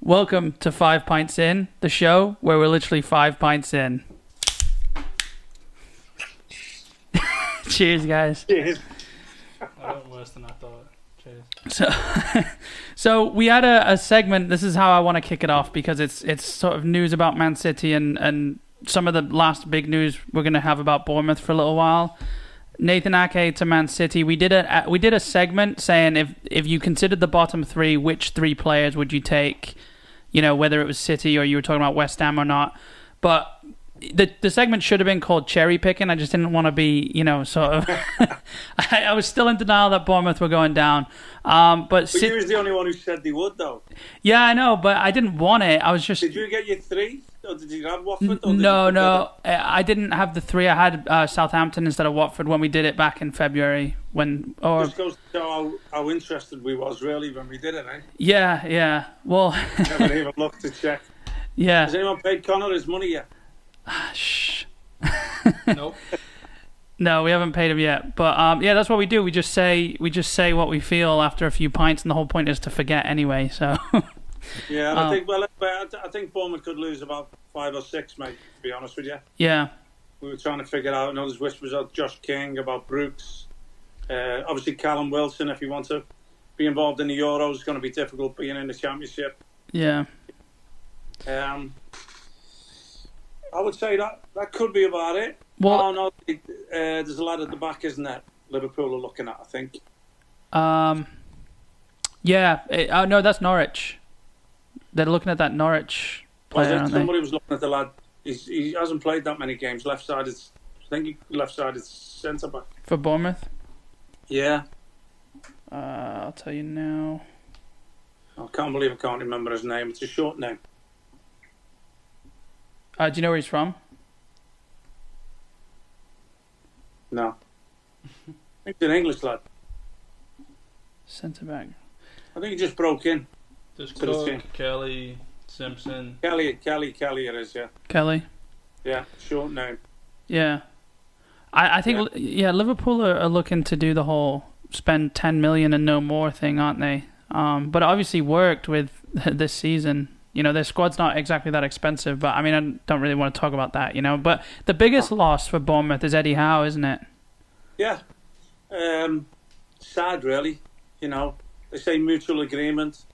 Welcome to Five Pints In, the show where we're literally five pints in. Cheers, guys. Cheers. I went worse than I thought. Cheers. So, so we had a, a segment. This is how I want to kick it off because it's it's sort of news about Man City and and some of the last big news we're going to have about Bournemouth for a little while. Nathan Ake to Man City. We did a we did a segment saying if if you considered the bottom three, which three players would you take? You know whether it was City or you were talking about West Ham or not. But the the segment should have been called cherry picking. I just didn't want to be you know sort of. I, I was still in denial that Bournemouth were going down. Um, but But you Ci- was the only one who said they would, though. yeah, I know, but I didn't want it. I was just Did you get your three? Or did you have Watford? Or did no, you- no. I I didn't have the three. I had uh, Southampton instead of Watford when we did it back in February. When or Just goes to show how, how interested we was, really, when we did it, eh? yeah, yeah. Well, Never even looked to check. yeah. Has anyone paid Connor his money yet? Shh. Nope. No, we haven't paid him yet. But um, yeah, that's what we do. We just say we just say what we feel after a few pints, and the whole point is to forget anyway. So Yeah, and Oh. I think well, I I think Bournemouth could lose about five or six, mate. To be honest with you, yeah, we were trying to figure out. And others whispers of Josh King about Brooks. Uh, obviously, Callum Wilson, if you want to be involved in the Euros, is going to be difficult being in the Championship. yeah, Um, I would say that that could be about it. Well- oh, no, it- uh, there's a lad at the back, isn't there? Liverpool are looking at, I think. um, yeah. It, oh no, that's Norwich. They're looking at that Norwich Was player, it aren't they? somebody was looking at the lad. He's, he hasn't played that many games. Left sided, I think he left sided centre back. For Bournemouth, Yeah, uh, I'll tell you now. I can't believe I can't remember his name. It's a short name. Uh, do you know where he's from? No, I think it's an English lad. Centre back. I think he just broke in. There's But it's Cook, Kelly, Simpson. Kelly, Kelly, Kelly. It is. Yeah, Kelly. yeah. Short name. Yeah. I, I think yeah. Liverpool are, are looking to do the whole spend 10 million and no more thing, aren't they? Um, but it obviously worked with this season. You know, their squad's not exactly that expensive, but I mean, I don't really want to talk about that, you know. But the biggest loss for Bournemouth is Eddie Howe, isn't it? Yeah. Um, sad, really. You know, they say mutual agreement.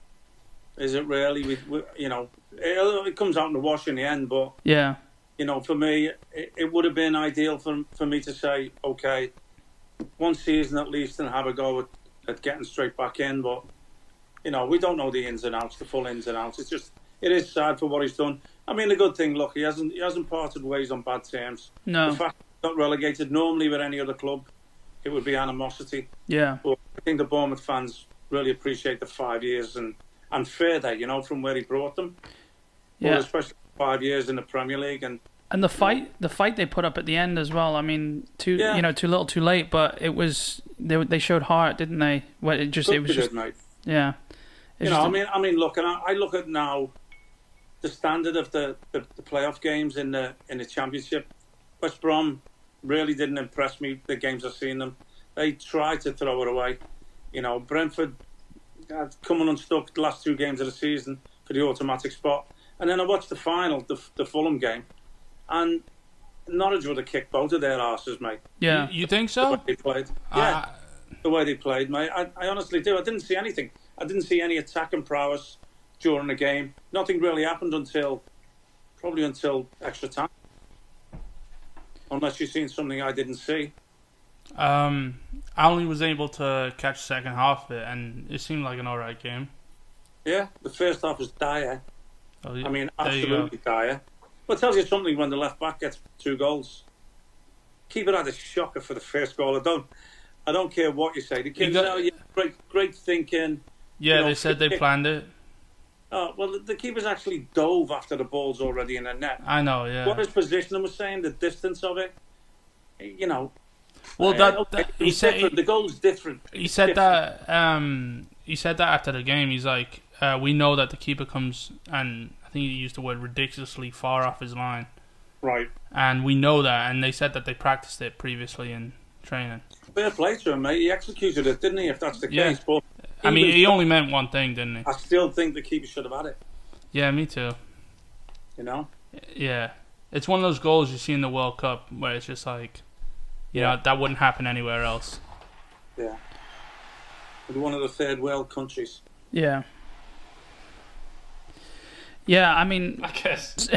Is it really? We, we, you know, it, it comes out in the wash in the end. But Yeah. you know, for me, it, it would have been ideal for for me to say, okay, one season at least, and have a go at, at getting straight back in. But you know, we don't know the ins and outs, the full ins and outs. It's just, it is sad for what he's done. I mean, the good thing, look, he hasn't he hasn't parted ways on bad terms. No. The fact he's not relegated normally with any other club, it would be animosity. Yeah. But I think the Bournemouth fans really appreciate the five years and and fair there, you know, from where he brought them. Well, Yeah. especially five years in the Premier League and And the fight, the fight they put up at the end as well. I mean, too, Yeah. you know, too little, too late. But it was they they showed heart, didn't they? Well, it just it good was to just good, mate. yeah. It's You know, just- I mean, I mean, look, and I, I look at now the standard of the, the, the playoff games in the in the championship. West Brom really didn't impress me. The games I've seen them, they tried to throw it away. You know, Brentford uh, coming unstuck the last two games of the season for the automatic spot, and then I watched the final, the, the Fulham game, and Norwich would have kicked both of their asses, mate. yeah, You think The way so? they played, yeah I- the way they played, mate. I, I honestly do. I didn't see anything. I didn't see any attacking prowess during the game. Nothing really happened until probably until extra time. Unless you've seen something I didn't see. um, I only was able to catch the second half of it, and it seemed like an alright game. Yeah, the first half was dire. So, I mean, Oh, there you go. absolutely dire. But it tells you something when the left back gets two goals. Keep it had a shocker for the first goal. I don't, I don't care what you say. The kids, got- oh, yeah, great, great thinking. Yeah, you know, they said they kick- planned it. Oh, well, the- the keeper's actually dove after the ball's already in the net. I know, yeah. what his positioning was saying, the distance of it. You know, well, uh, that, okay, that- it he was said different. the goal's different. He It's said different. that. Um, he said that after the game. He's like, uh, "We know that the keeper comes, and I think he used the word ridiculously far off his line, right. and we know that." And they said that they practiced it previously in training. Fair play to him, mate. He executed it, didn't he? If that's the Yeah. case, but I mean, even he so, only meant one thing, didn't he? I still think the keeper should have had it. Yeah, me too. You know, Yeah, it's one of those goals you see in the World Cup where it's just like, you know, that wouldn't happen anywhere else. yeah. We're one of the third world countries. Yeah. Yeah, I mean, I guess.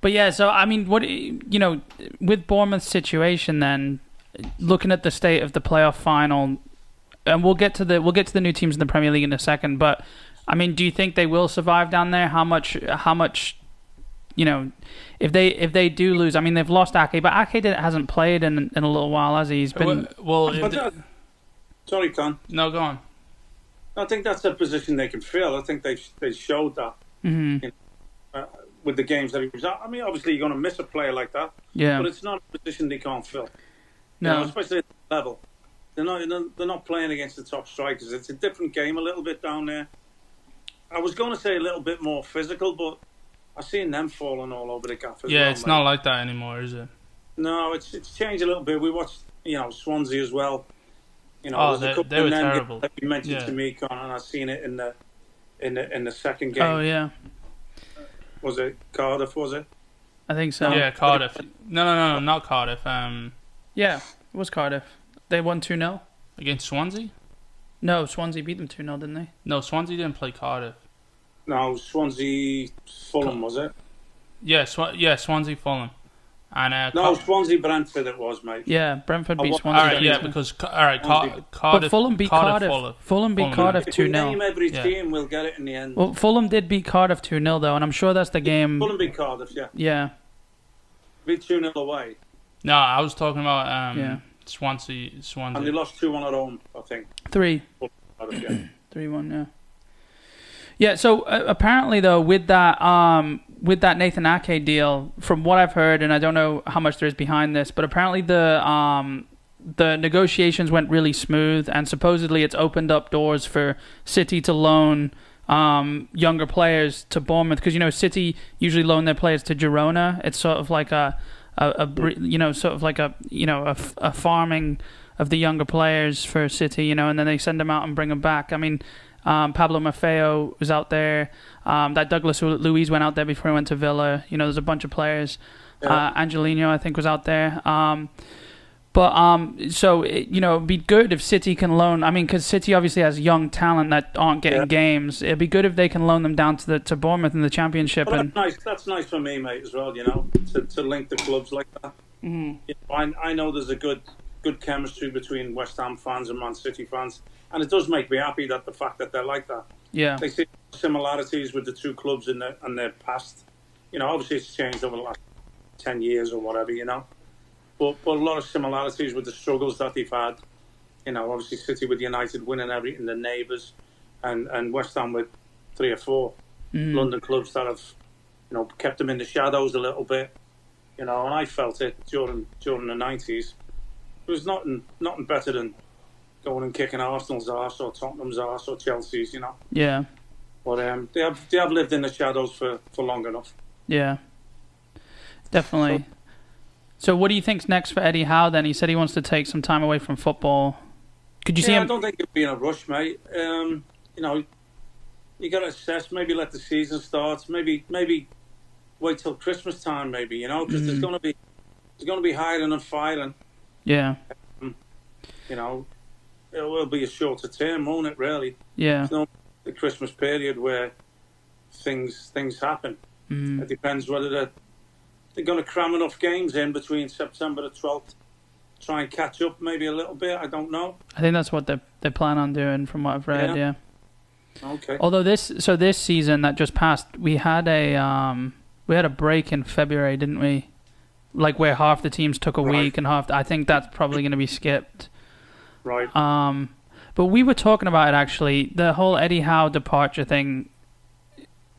But yeah, so I mean, what you know, with Bournemouth's situation, then looking at the state of the playoff final, and we'll get to the we'll get to the new teams in the Premier League in a second. But I mean, do you think they will survive down there? How much? How much? You know, if they if they do lose, I mean, they've lost Ake, but Ake did, hasn't played in in a little while, has he? He's been well, if But the- that- sorry, Con. no, go on. I think that's a position they can fill. I think they they showed that hmm Mm-hmm. uh, with the games that he was at. I mean, obviously you're going to miss a player like that, yeah, but it's not a position they can't fill. You know, no, especially at the level. They're not, they're- they're not playing against the top strikers. It's a different game a little bit down there. I was going to say a little bit more physical, but I've seen them falling all over the gaff. As Yeah, well, it's mate. not like that anymore, is it? No, it's it's changed a little bit. We watched, you know, Swansea as well. You know, Oh, there's a they- couple they of were them terrible. That you mentioned Yeah. to me, Con, and I've seen it in the in the in the second game. oh yeah, Was it Cardiff? Was it? I think so. Yeah, Cardiff. No, no, no, no, not Cardiff. Um, yeah, it was Cardiff. They won two 0 against Swansea. No, Swansea beat them two 0 didn't they? No, Swansea didn't play Cardiff. No, Swansea, Fulham, was it? Yeah, Sw- yeah, Swansea Fulham, and uh, No, Car- Swansea, Brentford. It was, mate. Yeah, Brentford Oh, beat well, Swansea. all right, yeah, didn't they? because Ca- all right, Car- But Cardiff, but Fulham beat Cardiff. Fulham. beat Fulham. Cardiff If we two 0 name every Yeah. team, we'll get it in the end. Well, Fulham did beat Cardiff two 0 though, and I'm sure that's the game. Fulham beat Cardiff, yeah. Yeah, Beat 2 0 away. No, I was talking about um, Yeah. Swansea, And they Swansea. lost 2 1 at home, I think. three, Cardiff, yeah. three one. Yeah. Yeah. So uh, apparently though, with that um with that Nathan Ake deal, from what I've heard, and I don't know how much there is behind this, but apparently the um the negotiations went really smooth, and supposedly it's opened up doors for City to loan um, younger players to Bournemouth because you know City usually loan their players to Girona. It's sort of like a, a, a br- you know sort of like a you know a, f- a farming of the younger players for City, you know, and then they send them out and bring them back. I mean, um, Pablo Maffeo was out there. Um, that Douglas Luiz went out there before he went to Villa. You know, there's a bunch of players. Yeah. Uh, Angelino, I think, was out there. Um, but um, so it, you know, it'd be good if City can loan. I mean, because City obviously has young talent that aren't getting Yeah. games. It'd be good if they can loan them down to the to Bournemouth in the Championship. But And that's nice, that's nice for me, mate, as well, you know, to, to link the clubs like that. Mhm. You know, I, I know there's a good good chemistry between West Ham fans and Man City fans. And it does make me happy that the fact that they're like that. yeah, They see similarities with the two clubs in their, in their past. You know, obviously it's changed over the last 10 years or whatever, you know. But, but a lot of similarities with the struggles that they've had. You know, obviously City with United winning everything, the neighbours, and, and West Ham with three or four London clubs that have, you know, kept them in the shadows a little bit. You know, and I felt it during during the 90s. It was nothing, nothing better than going and kicking Arsenal's arse or Tottenham's arse or Chelsea's, you know. yeah, But um, they have they have lived in the shadows for, for long enough. yeah, definitely. So, what do you think's next for Eddie Howe? Then he said he wants to take some time away from football. Could you see yeah, I him? don't think it'd be in a rush, mate. Um, you know, you got to assess. Maybe let the season start. Maybe maybe wait till Christmas time. Maybe you know because Mm. there's going to be there's going to be hiring and firing. Yeah, You know, it will be a shorter term, won't it? Really, yeah, there's no the Christmas period where things things happen. mm, It depends whether they're, they're going to cram enough games in between September the 12th, try and catch up maybe a little bit. I don't know. I think that's what they they plan on doing, from what I've read. Yeah. yeah. Okay. Although this, so this season that just passed, we had a um, we had a break in February, didn't we? Like where half the teams took a Right. week and half. I think that's probably going to be skipped. Right. Um, but we were talking about it actually. The whole Eddie Howe departure thing.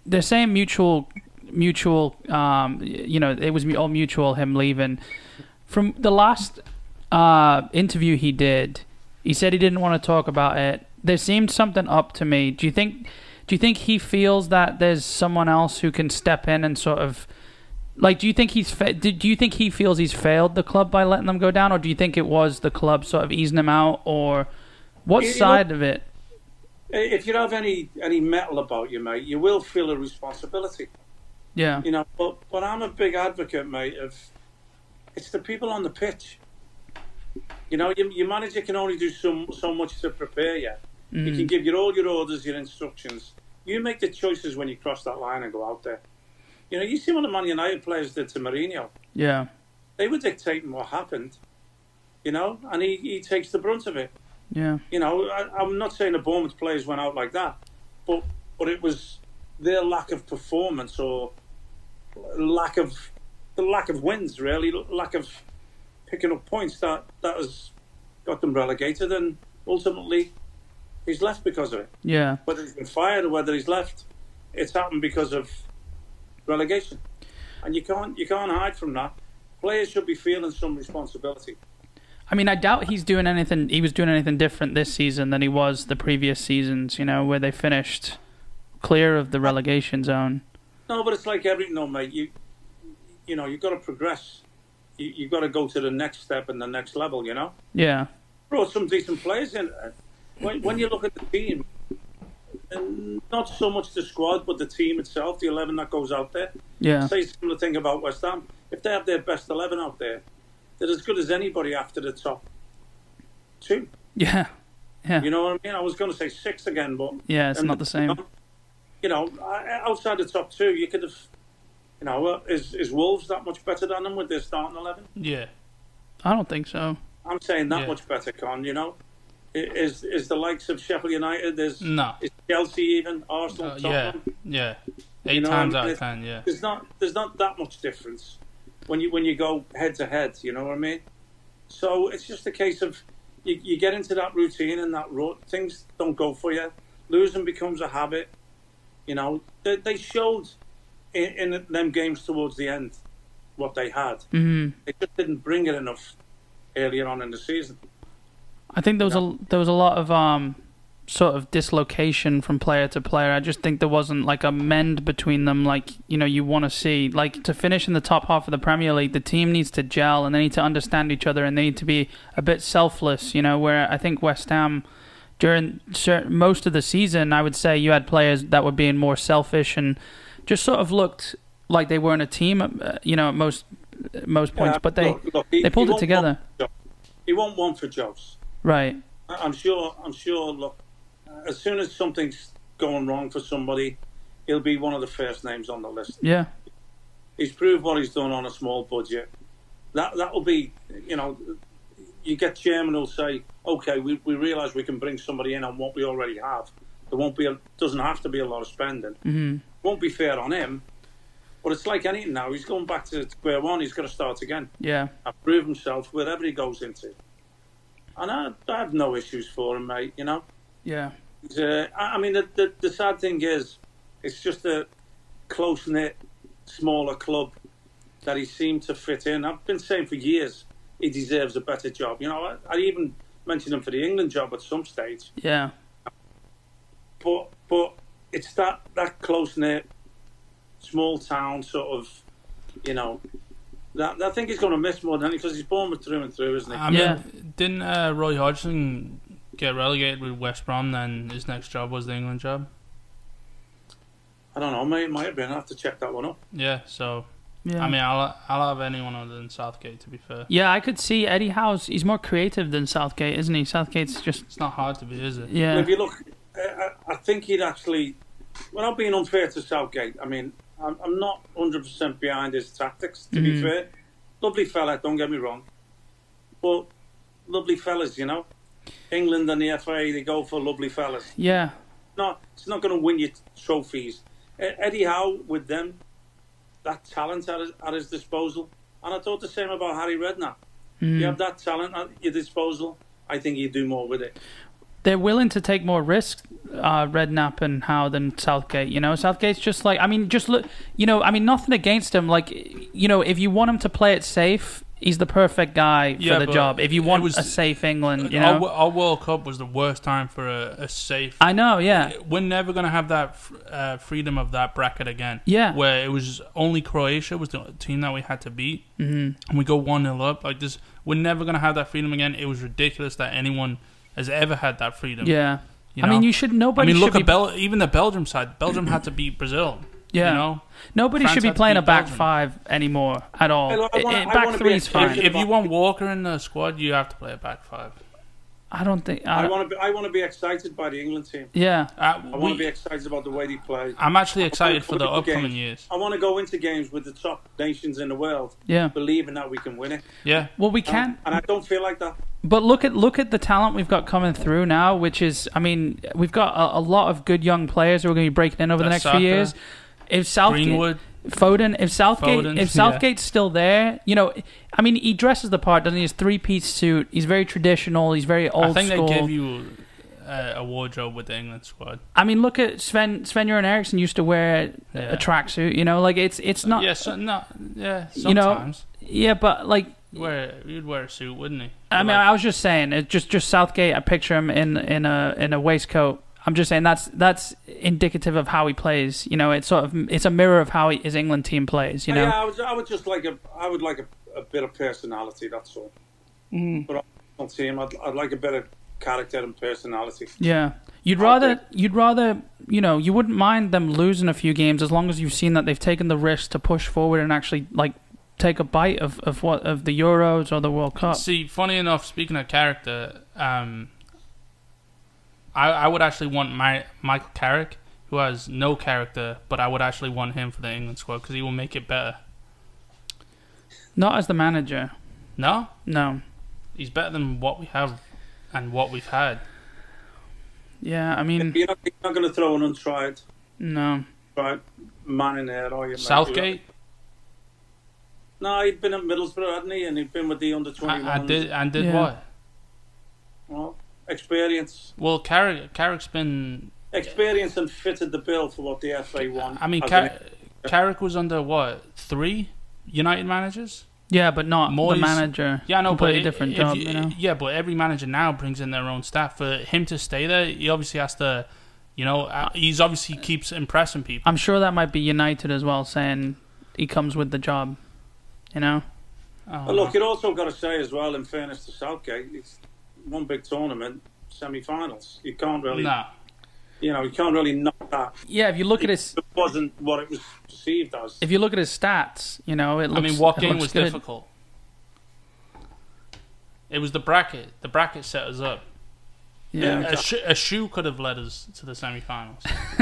They're saying mutual, mutual. Um, you know, it was all mutual. Him leaving. From the last uh, interview he did, he said he didn't want to talk about it. There seemed something up to me. Do you think? Do you think he feels that there's someone else who can step in and sort of, like, do you think he's fa- do, do you think he feels he's failed the club by letting them go down, or do you think it was the club sort of easing him out, or what It- it side of it? if you have any any metal about you, mate, you will feel a responsibility. Yeah. You know, but but I'm a big advocate, mate, of it's the people on the pitch. You know, your, your manager can only do so so much to prepare you. He can give you all your orders, your instructions. You make the choices when you cross that line and go out there. You know, you see what the Man United players did to Mourinho. Yeah. They were dictating what happened. You know, and he, he takes the brunt of it Yeah. you know, I, I'm not saying the Bournemouth players went out like that, but but it was their lack of performance or lack of the lack of wins, really, lack of picking up points that that has got them relegated, and ultimately he's left because of it. Yeah. Whether he's been fired or whether he's left, it's happened because of relegation, and you can't you can't hide from that. Players should be feeling some responsibility. I mean, I doubt he's doing anything. He was doing anything different this season than he was the previous seasons. You know, where they finished clear of the relegation zone. No, but it's like everything, though, mate. You, you know, you've got to progress. You, you've got to go to the next step and the next level. You know, Yeah. brought some decent players in. When, when you look at the team, and not so much the squad, but the team itself, the eleven that goes out there. Yeah. Say similar thing about West Ham. If they have their best eleven out there, they're as good as anybody after the top two. Yeah. Yeah. You know what I mean? I was going to say six again, but Yeah, it's and not the same. You know, I- outside the top two, you could have. You know, uh, is is Wolves that much better than them with their starting eleven? Yeah. I don't think so. I'm saying that Yeah. much better, Con. You know, I- is is the likes of Sheffield United? There's No. is Chelsea even Arsenal? Uh, yeah. Tottenham? Yeah. Eight You know, times I'm- out of ten. Yeah. There's not there's not that much difference when you when you go head to head. You know what I mean? So it's just a case of you, you get into that routine and that rut. Things don't go for you. Losing becomes a habit. You know they, they showed in, in them games towards the end what they had. hmm They just didn't bring it enough earlier on in the season. I think there was a there was a lot of um sort of dislocation from player to player. I just think there wasn't like a mend between them like, you know, you want to see. Like to finish in the top half of the Premier League, the team needs to gel and they need to understand each other and they need to be a bit selfless, you know, where I think West Ham during cer- most of the season, I would say you had players that were being more selfish and just sort of looked like they weren't a team, uh, you know, at most most points, Yeah, but they look- look, he- they pulled he it won't together. want- He won't want for jobs. Right. I- I'm sure. I'm sure. Look, uh, as soon as something's going wrong for somebody, he'll be one of the first names on the list. Yeah. He's proved what he's done on a small budget. That that will be, you know, you get chairman will say, okay, we we realise we can bring somebody in on what we already have. There won't be a, doesn't have to be a lot of spending. Mhm. Won't be fair on him. But it's like anything now. He's going back to square one. He's got to start again Yeah. and prove himself wherever he goes into. And I, I have no issues for him, mate. You know, Yeah. He's, uh, I I mean, the, the the sad thing is, it's just a close knit, smaller club that he seemed to fit in. I've been saying for years he deserves a better job. You know, I, I even mentioned him for the England job at some stage, Yeah. but but it's that that close knit, small town sort of, you know. That, that I think he's going to miss more than because he's Bournemouth through and through, isn't he? I Yeah. mean, didn't uh, Roy Hodgson get relegated with West Brom? Then his next job was the England job. I don't know, mate. It might have been. I have to check that one up. Yeah. So Yeah. I mean, I'll I'll have anyone other than Southgate. To be fair, yeah, I could see Eddie Howe's. He's more creative than Southgate, isn't he? Southgate's just it's not hard to be, is it? And yeah, If you look, uh, I- I think he'd actually, without being unfair to Southgate, I mean, I'm, I'm not 100% behind his tactics, to be fair. Lovely fella, don't get me wrong. But lovely fellas, you know. England and the FA, they go for lovely fellas. yeah, No, it's not going to win you trophies. E- Eddie Howe, with them, that talent at his, at his disposal. And I thought the same about Harry Redknapp. You have that talent at your disposal, I think you do more with it. they're willing to take more risks, uh, Redknapp and Howe than Southgate. You know, Southgate's just like I mean, just look. You know, I mean, nothing against him. Like, you know, if you want him to play it safe, he's the perfect guy Yeah, for the but job. If you it want was- Uh, a safe England, you Our know, wo- our, World Cup was the worst time for a, a safe. I know. Yeah, We're never gonna have that f- uh, freedom of that bracket again. Yeah. where it was only Croatia was the team that we had to beat, mm-hmm. and we go one 0 up like this. We're never gonna have that freedom again. It was ridiculous that anyone has ever had that freedom. yeah, You I know? mean, you should I nobody. mean, look should at be, Bel- even the Belgium side. Belgium had to beat Brazil. Yeah. You know, nobody France should be had to playing beat a back Belgium. five anymore at all. Hey, look, I It- wanna- it- I back wanna be three is objective. fine. if you want Walker in the squad, you have to play a back five. I don't think. I I don't, want to be. I want to be excited by the England team. yeah, Uh, I want to be we, excited about the way they play. I'm actually excited for the Look at upcoming games. years. I want to go into games with the top nations in the world, yeah. believing that we can win it. Yeah, Well, we Um, can't. And I don't feel like that. But look at look at the talent we've got coming through now, which is I mean we've got a, a lot of good young players who are going to be breaking in over the That's next Saka, few years. If Southgate, Greenwood. Foden, if Southgate, Foden, if yeah. Southgate's still there, you know, I mean he dresses the part, doesn't he? His three piece suit, he's very traditional, he's very old I think school. they give you uh, a wardrobe with the England squad. I mean, look at Sven Sven and Eriksson used to wear Yeah. a tracksuit, you know, like it's it's not yeah, so, no, yeah. You know, Sometimes yeah, but like you wear you'd wear a suit, wouldn't he? I mean, Like, I was just saying, it's just just Southgate. I picture him in in a in a waistcoat. I'm just saying that's that's indicative of how he plays. You know, it's sort of it's a mirror of how he, his England team plays. You Oh, know, Uh, Yeah, I would, I would just like a. I would like a, a bit of personality. That's all. Mm. But on team, I'd, I'd like a bit of character and personality. yeah. You'd I rather think- you'd rather you know you wouldn't mind them losing a few games as long as you've seen that they've taken the risk to push forward and actually like take a bite of, of what of the Euros or the World Cup. see, funny enough, speaking of character, um, I I would actually want my Michael Carrick, who has no character, but I would actually want him for the England squad because he will make it better. Not as the manager. No, No. he's better than what we have and what we've had. Yeah, I Mm. mean, You're not, you're not going to throw an untried no. right man in there, are you? mate? Southgate, No, he'd been at Middlesbrough, hadn't he? And he'd been with the under twenty-one. I, I did and did Yeah. what? Well, experience, Well, Carrick Carrick's been. experience, and fitted the bill for what the FA won. I mean, as Car- an- Carrick was under what three United managers? Yeah, but not Moyes- the manager. Yeah, I know, but completely i- different if job. you- You know. Yeah, but every manager now brings in their own staff. For him to stay there, he obviously has to, you know, uh, he's obviously keeps impressing people. I'm sure that might be United as well, saying he comes with the job. You know, Oh, But look, you also got to say as well, in fairness to Southgate, it's one big tournament, semi-finals. You can't really, nah. you know, you can't really knock that. yeah. If you look at his, It wasn't what it was perceived as. if you look at his stats, you know, it I looks. mean, what it game looks was good. difficult? It was the bracket. The bracket set us up. Yeah. yeah, Yeah. A, sh- a shoe could have led us to the semi-finals.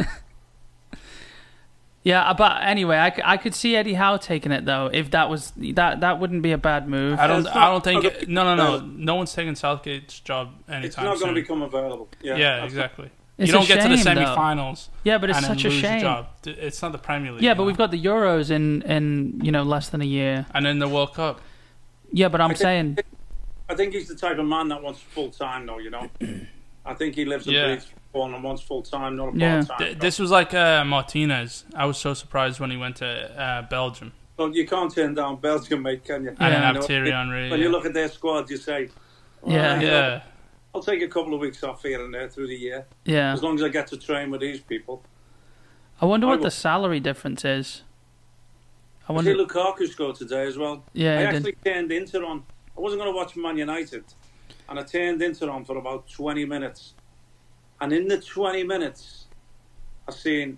uh, But anyway, I, c- I could see Eddie Howe taking it though. If that was that, that wouldn't be a bad move. I don't. It's I don't not- think. okay. no, no, no. No one's taking Southgate's job it's anytime not soon. going to become available. Yeah, yeah, exactly. It's a you don't get to the shame, though. semi-finals. yeah, but it's and then such a lose your shame. job. D- It's not the Premier League. Yeah, you but know? we've got the Euros in in you know less than a year. and then the World Cup. Yeah, but I'm I think- saying I think he's the type of man that wants full time, though. You know, I think he lives and Yeah. breathes football and wants full time, not a Yeah. part time. Th- this was like uh, Martinez. I was so surprised when he went to uh, Belgium. But you can't turn down Belgium, mate, can you? Yeah. I didn't You have know, Thierry When you Henry. look at their squad, you say, "Well, Yeah. you know, Yeah, I'll take a couple of weeks off here and there through the year, yeah. as long as I get to train with these people." I wonder I what will- the salary difference is. I I wonder. see Lukaku scored today as well. Yeah, I he did. actually turned Inter on. I wasn't going to watch Man United, and I turned Inter on for about 20 minutes. And in the 20 minutes, I seen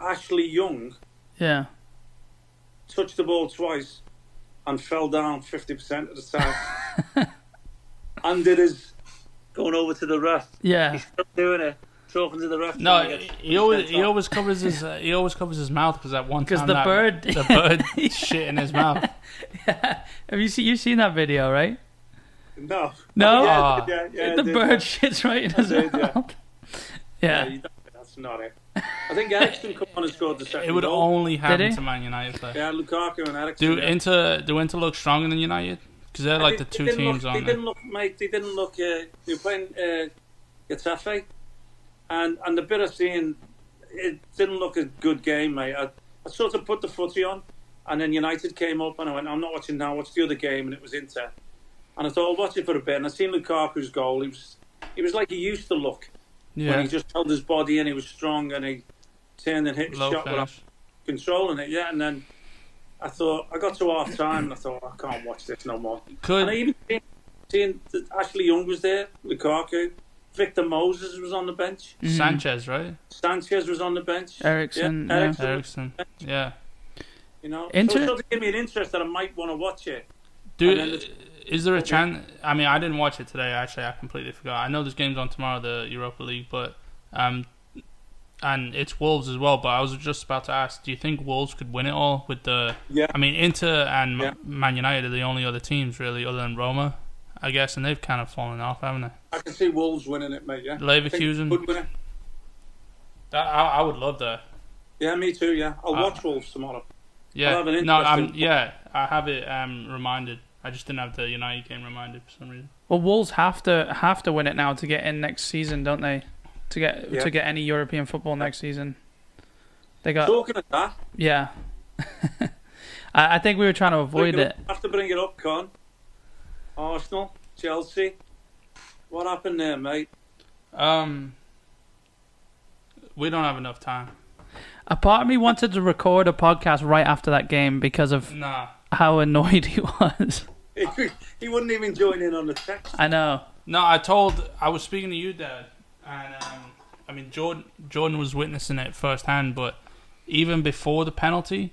Ashley Young Yeah, touch the ball twice and fell down 50% of the time. and it is going over to the ref. yeah. He's doing it, talking to the ref. no, trying to he- get- he always he always covers his uh, he always covers his mouth because that one 'Cause time the that- bird- the bird shit in his mouth. Have you seen you seen that video, right? No. No? Ah. Yeah, yeah, yeah, the yeah. bird shits right in his did, yeah. mouth. Yeah, Yeah. you don't- that's not it. I think Ericsson come on and scored the second It would goal. only happen he? to Man United. Though. Yeah, Lukaku and Ericsson. Do yeah. Inter do Inter look stronger than United? Because they're like the They- two they didn't teams look, on They there. didn't look, mate. They didn't look. Uh, they were playing uh, Getafe, and and the bit of seeing it didn't look a good game, mate. I, I sort of put the footy on, and then United came up, and I went, I'm not watching now. Watch the other game, and it was Inter. And I thought, I'll watch it for a bit. And I seen Lukaku's goal. He was he was like he used to look when Yeah, he just held his body and he was strong and he turned and hit his low shot without finish. controlling it. Yeah, and then. I thought I got to half time and I thought I can't watch this no more. And I Could even seen, seen that Ashley Young was there, Lukaku, Victor Moses was on the bench. Sanchez, right? Sanchez was on the bench. Ericsson, yeah. Ericsson, Ericsson. Yeah. You know, so Inter- it sort of gave me an interest that I might want to watch it. And then Do it's- is there a chance? I mean, I didn't watch it today. Actually, I completely forgot. I know there's games on tomorrow, the Europa League, but um, and it's Wolves as well. But I was just about to ask, do you think Wolves could win it all with the? Yeah. I mean, Inter and Yeah. Man United are the only other teams really, other than Roma, I guess, and they've kind of fallen off, haven't they? I can see Wolves winning it, mate. Yeah, I think Leverkusen. they could win it. That, I, I would love that. Yeah, me too. Yeah, I'll Uh, watch Wolves tomorrow. Yeah. I'll have an no, interesting- I'm yeah. I have it um reminded. I just didn't have the United game reminded for some reason. Well, Wolves have to have to win it now to get in next season, don't they? To get Yeah. to get any European football next season. They got Talking of that, yeah. I, I think we were trying to avoid bring it. it up- have to bring it up, Con. Arsenal, Chelsea. What happened there, mate? Um, we don't have enough time. A part of me wanted to record a podcast right after that game because of Nah, how annoyed he was. He, he wouldn't even join in on the text. I know. no. I told I was speaking to you, Dad, and um, I mean Jordan. Jordan was witnessing it firsthand, but even before the penalty,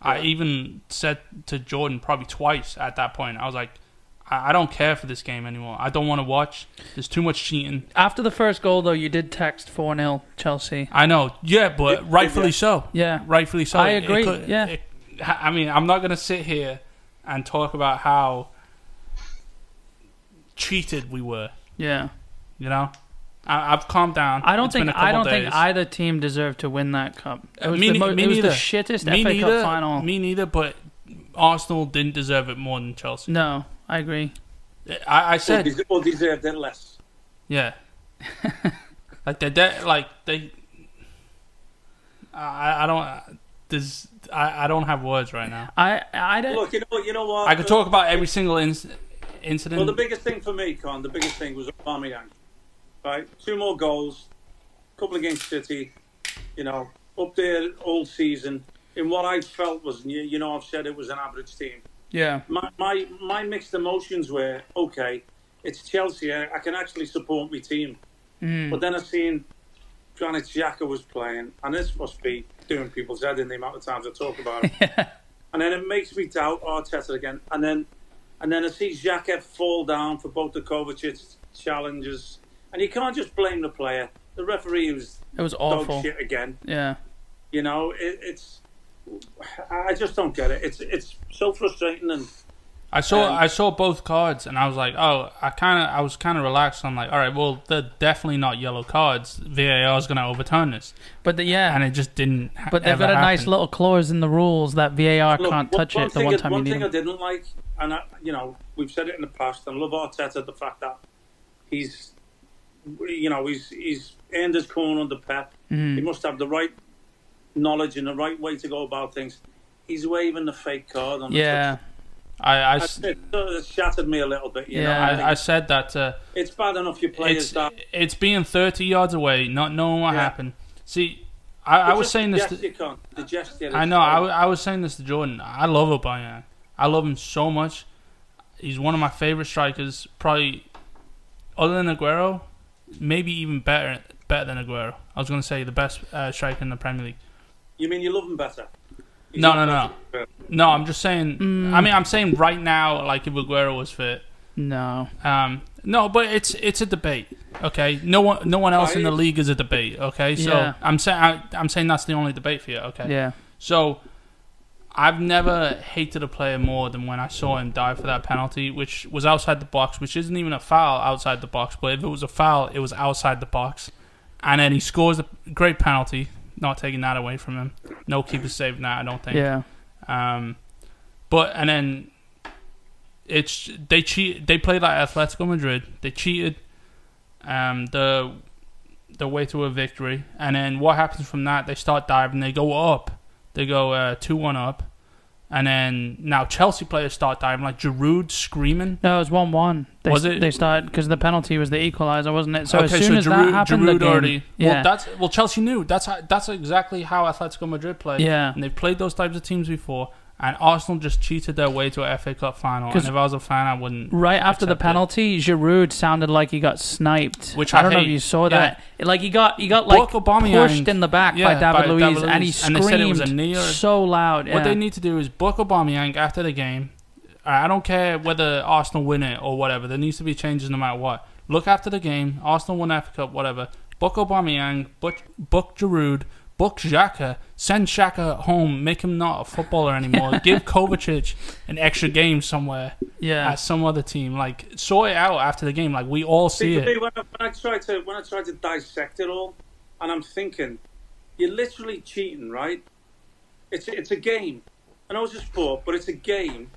I Yeah. even said to Jordan probably twice at that point. I was like, I, I don't care for this game anymore. I don't want to watch. There's too much cheating. After the first goal, though, you did text four 0 Chelsea. I know. Yeah, but Yeah, rightfully yeah. so. Yeah. rightfully so. I It- it agree, could- yeah. it- I mean, I'm not going to sit here and talk about how cheated we were. Yeah. You know, I, I've calmed down. I don't It's been think a I couple don't days. think either team deserved to win that cup. It was, me, the, ne- mo- me it was neither. the shittest me FA neither, Cup final. Me neither. But Arsenal didn't deserve it more than Chelsea. no, I agree. I, I Or, said, des- or deserved it less. yeah. like they're de- like they. I I don't. There's I, I don't have words right now. I I don't. Look, you know, you know what? I could talk about every single inc- incident. Well, the biggest thing for me, Con, the biggest thing was Aubameyang. Right, two more goals, couple against City. You know, up there all season in what I felt was, you you know, I've said it was an average team. yeah, my, my my mixed emotions were okay. It's Chelsea. I, I can actually support my team, but then I seen Granit Xhaka was playing, and this must be doing people's head in the amount of times I talk about it. And then it makes me doubt Arteta again. And then and then I see Xhaka fall down for both the Kovacic challenges, and you can't just blame the player. The referee was it was dog awful. shit again. Yeah, You know, it, it's. I I just don't get it. It's it's so frustrating and. I saw Um, I saw both cards and I was like, oh, I kind of I was kind of relaxed. I'm like, all right, well, they're definitely not yellow cards. VAR is going to overturn this, but the, yeah, and it just didn't. ha- but they've ever got a nice happen. little clause in the rules that VAR Look, can't one- touch one it the thing one is- time you need thing I them. didn't like, and I, you know, we've said it in the past, and I love Arteta the fact that he's, you know, he's he's earned his corn under Pep. Mm. He must have the right knowledge and the right way to go about things. He's waving the fake card. On Yeah, I I, the s- it sort of shattered me a little bit. You Yeah. know, I I, I think said that uh, it's bad enough your players it's that it's being 30 yards away, not knowing what Yeah. happened. See, I, I was Just saying this. the To, gesture, cunt. The gesture is- I know. I, wa- I was saying this to Jordan. I love Aubameyang. I love him so much. He's one of my favorite strikers, probably other than Aguero, maybe even better better than Aguero. I was going to say the best uh, striker in the Premier League. you mean you love him better? He's No, not no, no. better. No, I'm just saying. I mean, I'm saying right now, like if Aguero was fit. no, Um, no, but it's it's a debate. Okay, no one no one else in the league is a debate. Okay, so Yeah. I'm saying I'm saying that's the only debate for you. Okay, yeah, so I've never hated a player more than when I saw him dive for that penalty, which was outside the box, which isn't even a foul outside the box. But if it was a foul, it was outside the box. And then he scores a great penalty, not taking that away from him. No keeper saved that, I don't think. yeah, Um, but and then it's they cheat. They played like Atletico Madrid. They cheated. Um, the the way to a victory, and then what happens from that? They start diving. They go up. They go uh, two one up, and then now Chelsea players start diving like Giroud screaming. no, it was one one. They, Was it- They started because the penalty was the equalizer, wasn't it? So okay, as soon so as Giroud, that happened, Giroud the game, already. Well, yeah, that's well Chelsea knew. That's how, that's exactly how Atletico Madrid play. Yeah. and they've played those types of teams before, And Arsenal just cheated their way to a FA Cup final. And 'Cause- if I was a fan, I wouldn't. Right after the Accept it. penalty, Giroud sounded like he got sniped. Which I I don't know if hate. you saw that. Like he got he got like Like, Aubameyang, pushed in the back by Yeah, David by Luiz, David and he Luiz, screamed and they said it was a knee or- so loud. What yeah. they need to do is book Aubameyang after the game. I I don't care whether Arsenal win it or whatever. There needs to be changes no matter what. Look after the game. Arsenal won FA Cup, whatever. Book Aubameyang. Book, book Giroud. Book Xhaka. Send Xhaka home. Make him not a footballer anymore. Give Kovacic an extra game somewhere yeah, at some other team. Like sort it out after the game. Like we all see See, to me, it. when I, when I try to when I try to dissect it all, and I'm thinking, you're literally cheating, right? It's it's a game. I know it's a sport, but it's a game,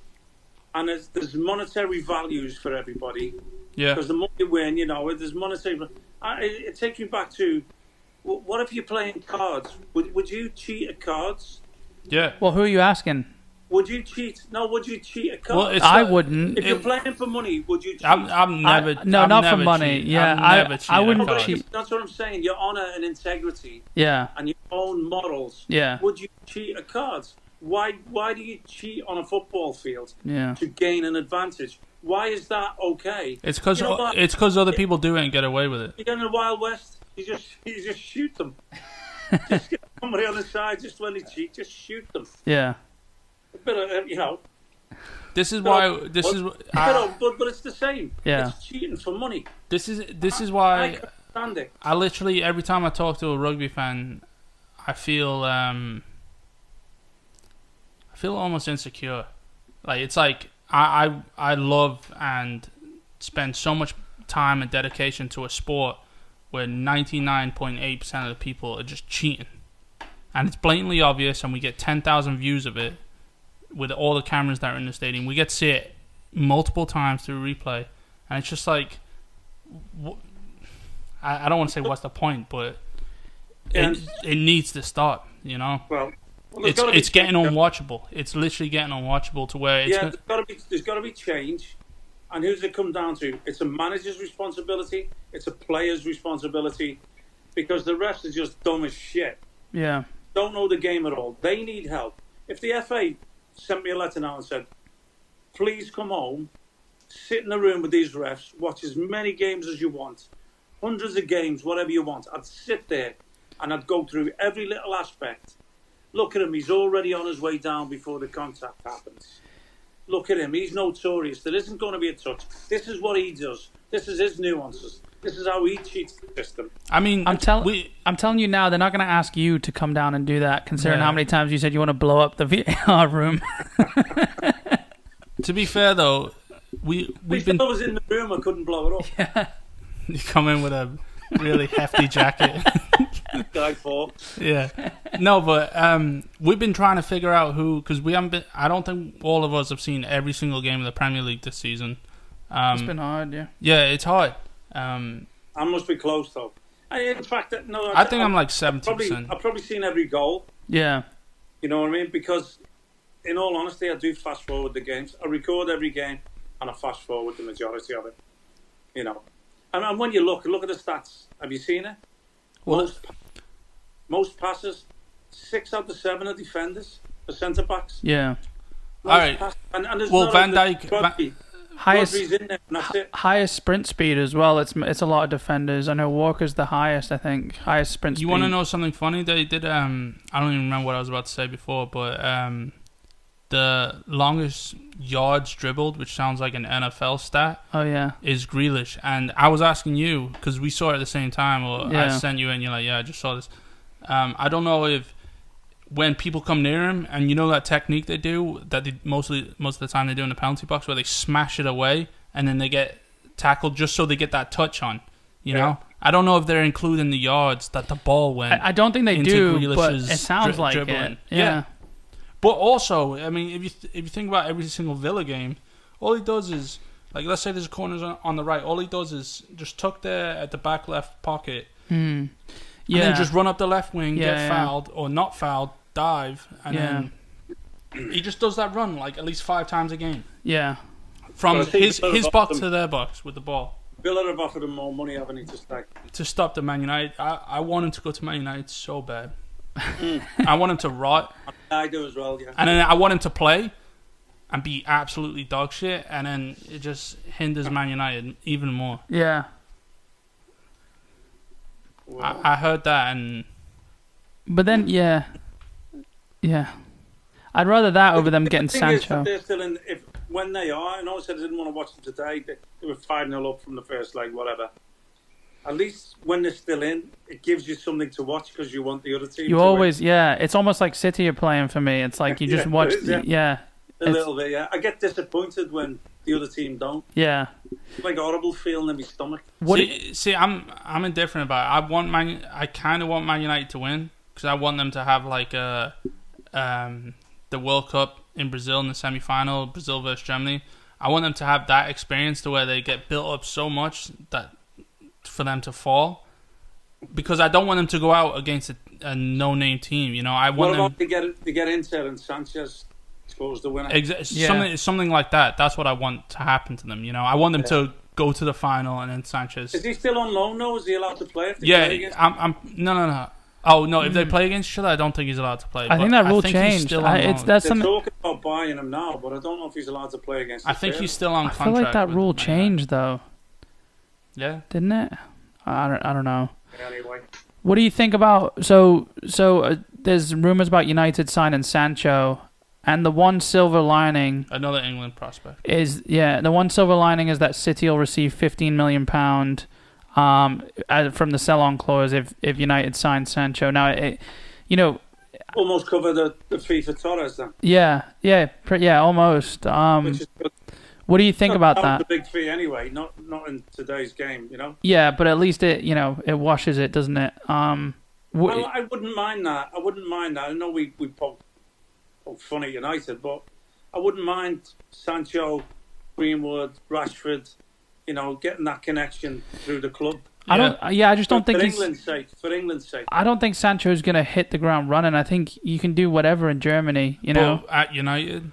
and there's, there's monetary values for everybody Yeah. because the more you win, you know, there's monetary. I, it, it takes me back to wh- what if you're playing cards? Would would you cheat at cards? Yeah. Well, who are you asking? Would you cheat? No, would you cheat at cards? Well, it's I not- wouldn't. if you're it- playing for money, would you cheat? I'm, I'm I- never. no, I'm not never for money. cheating. Yeah, I'm I- never cheating I at wouldn't cards. cheat. That's what I'm saying. Your honor and integrity. Yeah, and your own morals, Yeah. would you cheat at cards? Why why do you cheat on a football field yeah. to gain an advantage? Why is that okay? It's because You know what? it's because other people do it and get away with it. You go in the Wild West, you just you just shoot them. just get somebody on the side just when they cheat, just shoot them. Yeah. A bit of, uh, you know, This is But why. I- This but- is a bit I, of- but but it's the same. Yeah. It's cheating for money. this is this is I why can't stand it. I literally every time I talk to a rugby fan, I feel um, I feel almost insecure. Like it's like I I, I love and spend so much time and dedication to a sport where ninety nine point eight percent of the people are just cheating, and it's blatantly obvious, and we get ten thousand views of it with all the cameras that are in the stadium. We get to see it multiple times through replay, and it's just like. Wh- I, I don't want to say what's the point, but Yeah. it, it needs to stop. You know, Well, well there's it's gotta be it's getting change. unwatchable. It's literally getting unwatchable to where it's yeah, gonna, there's got to be there's got to be change, and who's it come down to? It's a manager's responsibility. It's a player's responsibility, because the refs are just dumb as shit. Yeah. Don't know the game at all. They need help. If the FA sent me a letter now and said, "Please come home, sit in the room with these refs, watch as many games as you want, hundreds of games, whatever you want," I'd sit there and I'd go through every little aspect. Look at him; he's already on his way down before the contact happens. Look at him. He's notorious. There isn't going to be a touch. This is what he does. This is his nuances. This is how he cheats the system. I mean, I'm telling we- I'm telling you now, they're not going to ask you to come down and do that. Considering Yeah. how many times you said you want to blow up the VAR room. To be fair though, we we've if been I was in the room, I couldn't blow it up. you come in with a really hefty jacket. Guy four. yeah, no, but um, we've been trying to figure out who because we haven't been. I don't think all of us have seen every single game of the Premier League this season. Um, it's been hard. Yeah. yeah, it's hard. Um, I must be close though. I, in fact, uh, no. I think I'm like seventy probably. percent. I've probably seen every goal. Yeah. You know what I mean? Because, in all honesty, I do fast forward the games. I record every game and I fast forward the majority of it. You know, and, and when you look, look at the stats. Have you seen it? Well, most most passes, six out of seven are defenders, the centre backs. Yeah. Most All right. passes- And, and there's Well, not Van a- Dijk- Rodri- Highest Rodri's in there, and that's it. highest sprint speed as well. It's it's a lot of defenders. I know Walker's the highest. I think highest sprint. You speed. want to know something funny? They did. Um, I don't even remember what I was about to say before, but um, the longest yards dribbled, which sounds like an NFL stat, Oh yeah. is Grealish. And I was asking you because we saw it at the same time, or I Yeah. sent you and you're like, "Yeah, I just saw this." Um, I don't know if when people come near him, and you know that technique they do that they mostly most of the time they do in the penalty box, where they smash it away and then they get tackled just so they get that touch on. You Yeah. know, I don't know if they're including the yards that the ball went. I, I don't think they into do, but it Grealish's sounds dri- like dribbling. it. Yeah. Yeah. But also, I mean, if you th- if you think about every single Villa game, all he does is like let's say there's a corner on, on the right, all he does is just tuck there at the back left pocket, Hmm. and Yeah. then just run up the left wing, Yeah, get yeah. fouled or not fouled, dive, and then he just does that run like at least five times a game yeah. from Well, I think his the his bottom- box to their box with the ball Villa have offered him more money, haven't he? Just like to stop Hmm. the Man United. I I want him to go to Man United so bad. I want him to rot. I do as well. Yeah. and then I want him to play and be absolutely dog shit, and then it just hinders Man United even more. Yeah. Wow. I, I heard that, and But then, yeah, yeah, I'd rather that over them The getting thing is, Sancho. they're still in. If when they are, and I said I didn't want to watch them today. They, they were five 0 up from the first leg, whatever. At least when they're still in, it gives you something to watch because you want the other team. to You win. always, yeah, it's almost like City are playing for me. It's like you just eh? Yeah, watch, it is, yeah. yeah, a little bit. Yeah, I get disappointed when the other team don't. yeah. It's like a horrible feeling in my stomach. What? see, see, I'm I'm indifferent about. It. I want Man, I kind of want Man United to win because I want them to have like a, um, the World Cup in Brazil in the semi final, Brazil versus Germany. I want them to have that experience to where they get built up so much that for them to fall, because I don't want them to go out against a, a no name team. You know, I What want them. about to get to get Inter and Sanchez scores the winner? Exa- Yeah. Something, something like that. That's what I want to happen to them. You know, I want them Yeah. to go to the final and then Sanchez. Is he still on loan though? Is he allowed to play? If they play Yeah, against- Hmm. I'm, I'm. No, no, no. Oh no! If they play against each other, I don't think he's allowed to play. I but think that rule he's changed. still I, on it's loan. that's they're something. talking about buying him now, but I don't know if he's allowed to play against. I the think pair. he's still on I feel contract. like that with rule Man United. changed though, Yeah. didn't it? I don't. I don't know. anyway. What do you think about so so? Uh, there's rumors about United signing Sancho, and the one silver lining Another England prospect. is yeah the one silver lining is that City will receive 15 million pound um uh, from the sell on clause if if United signs Sancho now it you know Almost cover the, the fee for Torres then. yeah yeah pre- yeah almost um Which is good. what do you think about was that a big fee anyway. Not not in today's game, you know. yeah but at least it you know it washes it doesn't it um wh- Well, I wouldn't mind that. I wouldn't mind that. I know we we poke, poke fun at United, but I wouldn't mind Sancho, Greenwood, Rashford. You know, getting that connection through the club. I don't yeah I just don't for, think for he's England's sake. For England's sake. I don't think Sancho's gonna hit the ground running I think you can do whatever in Germany you know But at United,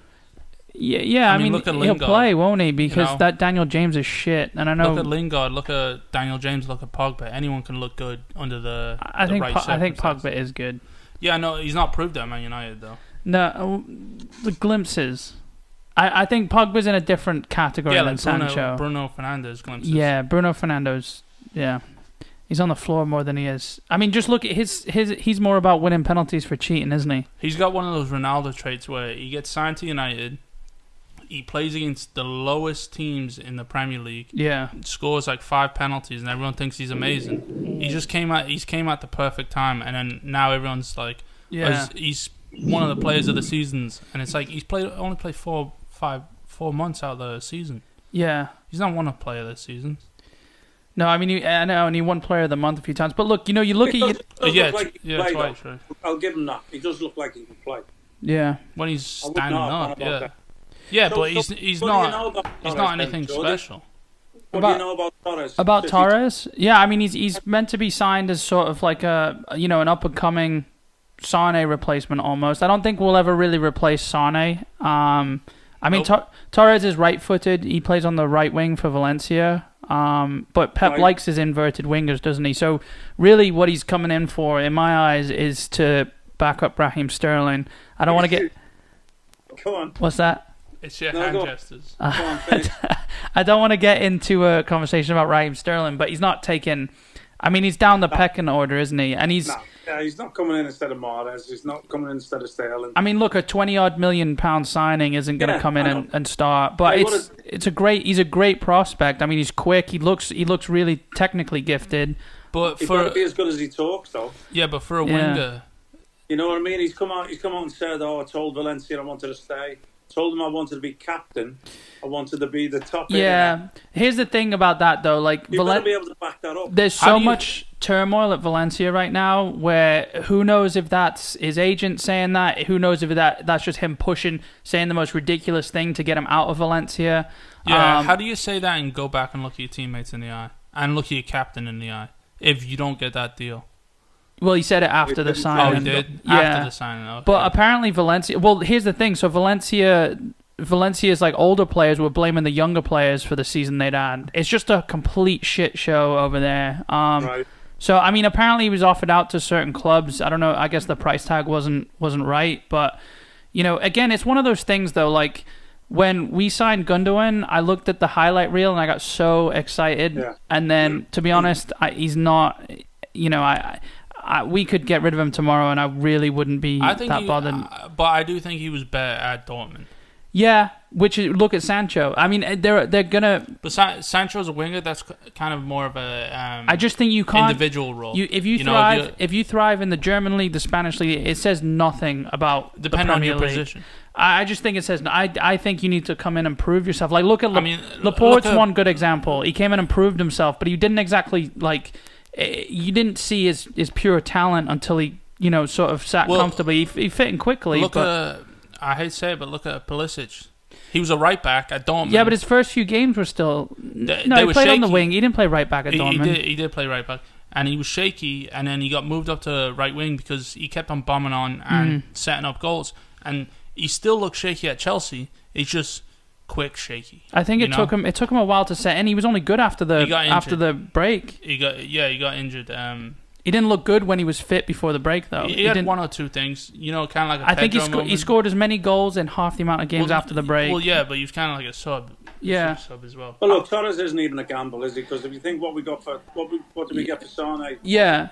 yeah yeah I, I mean, mean, look at he'll Lingard, play won't he because know. that Daniel James is shit and I know look at Lingard, look at Daniel James, look at Pogba. Anyone can look good under the. I the think right Po- I think circumstances. Pogba is good. Yeah, no, he's not proved that at Man United though. No, uh, the glimpses. I, I think Pogba's in a different category yeah, than like Bruno, Sancho. Bruno Fernandez glimpses. yeah, Bruno Fernando's. Yeah, he's on the floor more than he is. I mean, just look at his his. He's more about winning penalties for cheating, isn't he? He's got one of those Ronaldo traits where he gets signed to United, he plays against the lowest teams in the Premier League, Yeah, scores like five penalties, and everyone thinks he's amazing. He just came out. He's came at the perfect time, and then now everyone's like, yeah, "He's- he's one of the players of the seasons." And it's like he's played only played four, five, four months out of the season. yeah. He's not one of player of the season. No, I mean, he, I know, and he won Player of the Month a few times. But look, you know, you look at He you, does- does Uh, yeah, look it's- like he can yeah, play, it's though. right, it's right. I'll give him that. He does look like he can play. yeah, When he's I would standing not up, know yeah, about that. yeah, So- but so he's he's what do you know not about he's Torres not then, anything Jordan? special. What do About- you know about Torres? About Does he- Torres, yeah, I mean he's he's meant to be signed as sort of like a you know an up and coming Sane replacement almost. I don't think we'll ever really replace Sane. Um, I mean Nope. Tor- Torres is right footed. He plays on the right wing for Valencia. Um, but Pep Right. likes his inverted wingers, doesn't he? So really, what he's coming in for, in my eyes, is to back up Raheem Sterling. I don't want to get Go on. what's that. It's your No, hand go on. gestures. Go on, finish. I don't want to get into a conversation about Raheem Sterling, but he's not taking. I mean, he's down the pecking order, isn't he? And he's. no, yeah, he's not coming in instead of Mahrez. He's not coming in instead of Sterling. I mean, look, a twenty odd million pound signing isn't going to Yeah, come in I and, know. and start, but Hey, what it's it's a great. He's a great prospect. I mean, he's quick. He looks he looks really technically gifted. But He's got for to be as good as he talks, though. yeah, but for a Yeah. winger, You know what I mean? He's come out. He's come out and said, "Oh, I told Valencia I wanted to stay. Told him I wanted to be captain. I wanted to be the top." Yeah. Here's the thing about that though, like you Valen- better be able to back that up. there's How so do you- much turmoil at Valencia right now where who knows if that's his agent saying that who knows if that that's just him pushing saying the most ridiculous thing to get him out of Valencia Yeah, Um, how do you say that and go back and look at your teammates in the eye and look at your captain in the eye if you don't get that deal? well he said it after the didn't- signing Oh, he did yeah after the signing. Okay. but apparently Valencia well here's the thing so Valencia Valencia's like older players were blaming the younger players for the season they'd had it's just a complete shit show over there um right? So I mean, apparently he was offered out to certain clubs. I don't know. I guess the price tag wasn't wasn't right, but you know, again, it's one of those things though. Like when we signed Gundogan, I looked at the highlight reel and I got so excited. Yeah. And then, to be honest, I, he's not. You know, I, I we could get rid of him tomorrow, and I really wouldn't be I think that he- bothered. uh, but I do think he was better at Dortmund. yeah, which is, look at Sancho. I mean, eh, they're they're gonna. But Sa- Sancho's a winger. That's k- kind of more of a um, I just think you can't. individual role. You, if you, know, uh, thrive, you're- if you, thrive in the German league, the Spanish league, it says nothing about depend the on Premier your league. position. I, I just think it says I. I think you need to come in and prove yourself. Like look at La- I mean, l- Laporte's look at- one good example. He came in and proved himself, but you didn't exactly like. eh, You didn't see his his pure talent until he you know sort of sat Well, comfortably. He, he fit in quickly. Look but, at I hate to say it, but look at Pulisic. He was a right back at Dortmund. yeah, but his first few games were still. They- no, they he were played on the shaky. wing. He didn't play right back at he, he Dortmund. did he did play right back, and he was shaky, and then he got moved up to right wing because he kept on bombing on and Mm-hmm. setting up goals, and he still looked shaky at Chelsea. He's just quick shaky. I think you it know? took him. It took him a while to set in. He was only good after the He got after the break. He got yeah, he got injured. Um, He didn't look good when he was fit before the break, though. he, Oh, He had didn't- one or two things, you know, kind of like. I I think he, sco- he scored as many goals in half the amount of games after the break. Well, yeah, but he was kind of like a sub. He was Yeah. a sub as well. Well, look, Torres isn't even a gamble, is he? Because if you think what we got for what we, what did we get for Sane? yeah.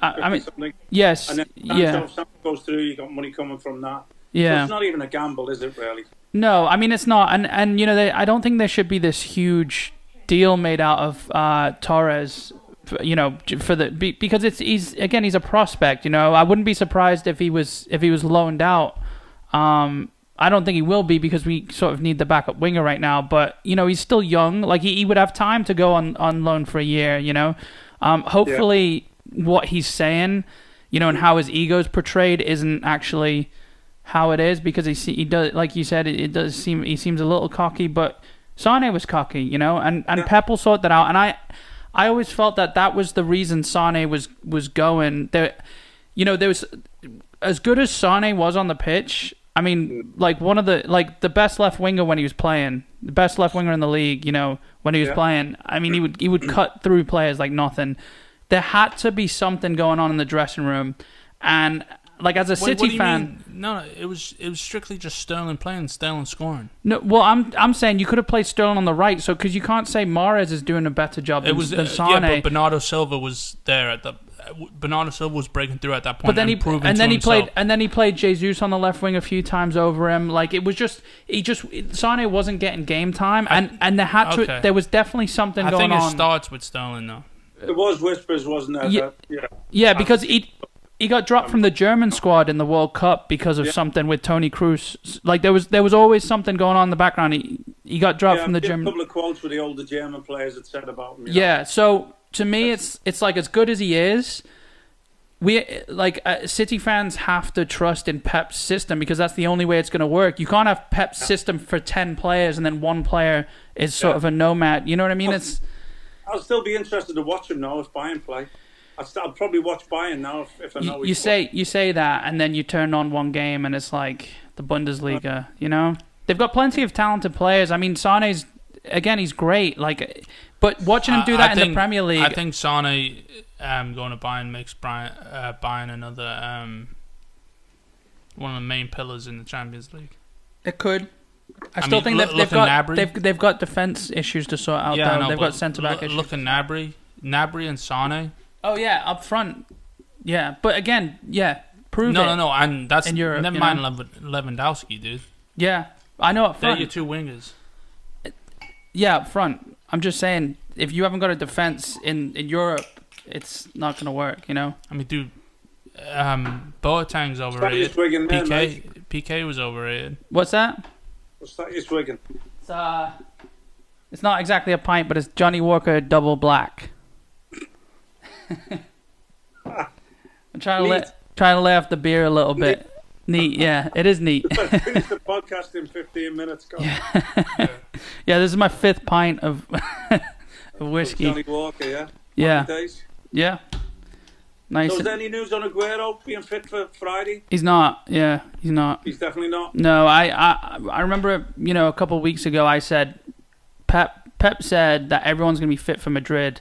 I, I mean, something. yes, And then yeah, Sancho goes through. You got money coming from that. So yeah. it's not even a gamble, is it? Really? No, I mean it's not, and and you know they, I don't think there should be this huge deal made out of uh, Torres, f- you know, j- for the be, because it's he's again he's a prospect, you know. I wouldn't be surprised if he was if he was loaned out. Um, I don't think he will be because we sort of need the backup winger right now. But you know he's still young, like he, he would have time to go on on loan for a year, you know. Um, hopefully what he's saying, you know, and how his ego's portrayed isn't actually how it is because he se- he does like you said it, it does seem he seems a little cocky, but Sane was cocky, you know, and and Pep will sort that out. And I I always felt that that was the reason Sane was was going there. You know, there was as good as Sane was on the pitch. I mean, like one of the like the best left winger when he was playing, the best left winger in the league. You know, when he was Yeah. playing, I mean, he would he would cut through players like nothing. There had to be something going on in the dressing room, and like as a Wait, what City do you fan, mean? No, no, it was it was strictly just Sterling playing, Sterling scoring. No, well, I'm I'm saying you could have played Sterling on the right, so because you can't say Mares is doing a better job It than, was than uh, Sane. yeah, but but, Bernardo Silva was there at the. uh, Bernardo Silva was breaking through at that point. then he and proving and to then he himself. played and then he played Jesus on the left wing a few times over him. Like it was just he just Sane wasn't getting game time, and and there had to okay. there was definitely something I going think it on. starts with Sterling though. There was whispers, wasn't there? Uh, Yeah. that- yeah. yeah, because he he got dropped from the German squad in the World Cup because of Yeah. something with Tony Cruz. Like there was there was always something going on in the background. He he got dropped Yeah, from the I've seen German. A couple of quotes with the older German players had said about him. you know. Yeah. So to me, it's it's like as good as he is. We like uh, City fans have to trust in Pep's system because that's the only way it's going to work. You can't have Pep's system for ten players and then one player is sort Yeah. of a nomad. You know what I mean? It's I'll still be interested to watch him now if Bayern play. I'll, st- I'll probably watch Bayern now if, if I know you, he's you say you say that and then you turn on one game and it's like the Bundesliga. You know they've got plenty of talented players. I mean Sane's again he's great. Like, but watching him do that I in think, the Premier League, I think Sane um, going to Bayern makes Brian, uh, Bayern another um, one of the main pillars in the Champions League. It could. I, I still mean, think loo- they've, look they've at got Gnabry. they've, they've got defense issues to sort out. I though. know, they've but got centre back loo- issues. Look at Nabry, Nabry and Sane. oh yeah, up front. Yeah, but again, yeah, prove no, it. no, no, and that's In Europe, never you mind know? Lev- Lewandowski, dude. Yeah, I know up They're front. your two wingers. yeah, up front. I'm just saying, if you haven't got a defense in in Europe, it's not gonna work. You know. I mean, dude, um, Boateng's Strategic overrated. Wigan there, mate. PK, PK was overrated. What's that? Strategic Wigan. It's uh, it's not exactly a pint, but it's Johnny Walker double black. I'm trying to Neat. let trying to lay off the beer a little bit. neat yeah, it is neat. But finish the podcast in 15 minutes. God. Yeah, this is my fifth pint of, of whiskey. Johnny Walker, yeah. Yeah, Days. yeah. So, Nice. is there any news on Aguero being fit for Friday? He's not. Yeah, he's not. He's definitely not. No, I, I, I remember, you know, a couple of weeks ago, I said, Pep, Pep said that everyone's gonna be fit for Madrid,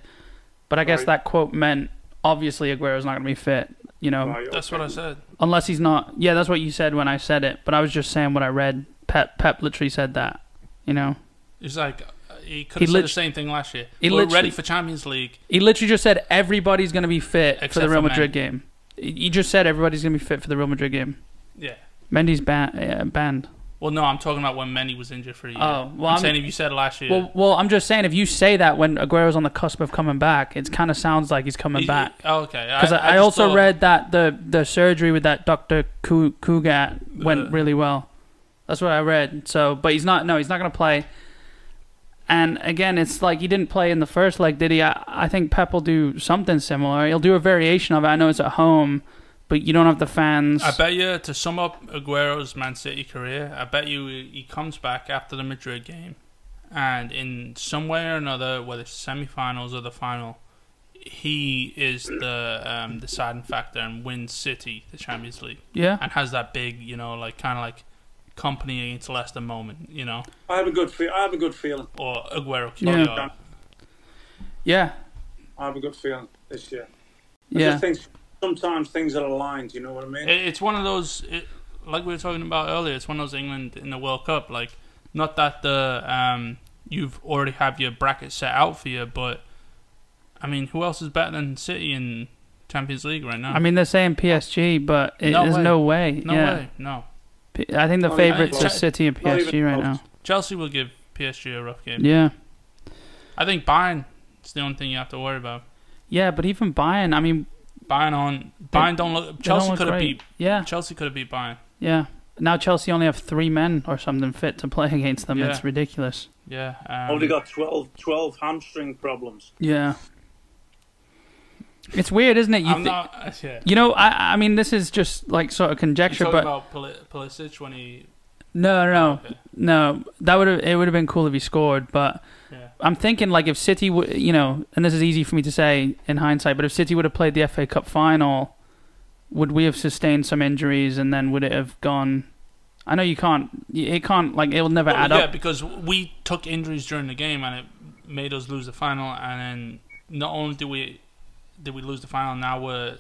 but I guess Right. that quote meant obviously Aguero's not going to be fit. You know, Right, That's okay. what I said. unless he's not. Yeah, that's what you said when I said it, but I was just saying what I read. Pep Pep literally said that. You know, He's like, uh, he could He have said lit- the same thing last year. he We're literally- ready for Champions League. he literally just said everybody's going to be fit for Except the Real for Madrid game. He he just said everybody's going to be fit for the Real Madrid game. Yeah. Mendy's ban- uh, banned. Well, no, I'm talking about when Mendy was injured for a year. Oh, well, I'm, I'm- saying if you said last year, Well, well, I'm just saying if you say that when Aguero's on the cusp of coming back, it kind of sounds like he's coming He- back. Oh, okay. Because I, I, just also thought- read that the, the surgery with that Doctor Kugat went Uh. really well. That's what I read. So, but he's not. No, he's not going to play. And again, it's like he didn't play in the first leg, did he? I, I think Pep will do something similar. He'll do a variation of it. I know it's at home, but you don't have the fans. I bet you to sum up Aguero's Man City career, I bet you he comes back after the Madrid game, and in some way or another, whether it's semi-finals or the final, he is the um, deciding factor and wins City the Champions League yeah, and has that big, you know, like kind of like company against Leicester moment, you know, I have a good feel. I have a good feeling. or Aguero. uh, Yeah. yeah, I have a good feeling this year. I yeah. just think sometimes things are aligned. You know what I mean? It, it's one of those, it, like we were talking about earlier. It's one of those England in the World Cup. Like, not that the um, you've already have your bracket set out for you, but I mean, who else is better than City in Champions League right now? I mean, they're saying PSG, but it, No there's way. no way. no yeah, way, no. P- I think the Not even favorites are close. City and Not even PSG right close. now. Chelsea will give PSG a rough game. Yeah. I think Bayern. It's the only thing you have to worry about. Yeah, but even Bayern, I mean, Bayern on Bayern don't look. they don't Chelsea look could have great. beat. Yeah, Chelsea could have beat Bayern. yeah. Now Chelsea only have three men or something fit to play against them. Yeah. It's ridiculous. Yeah. Um, Only got 12, 12 hamstring problems. Yeah. It's weird, isn't it? You I'm thi- not. Yeah. you know, I I mean, this is just like sort of You conjecture, talking but about Puli- Pulisic when he? no, no, no, Okay. no. That would have it would have been cool if he scored, but Yeah. I'm thinking like if City would, you know, and this is easy for me to say in hindsight, but if City would have played the FA Cup final, would we have sustained some injuries, and then would it have gone? I know you can't. It can't like it will never Well, add yeah, up. because we took injuries during the game and it made us lose the final. And then not only did we did we lose the final, now we're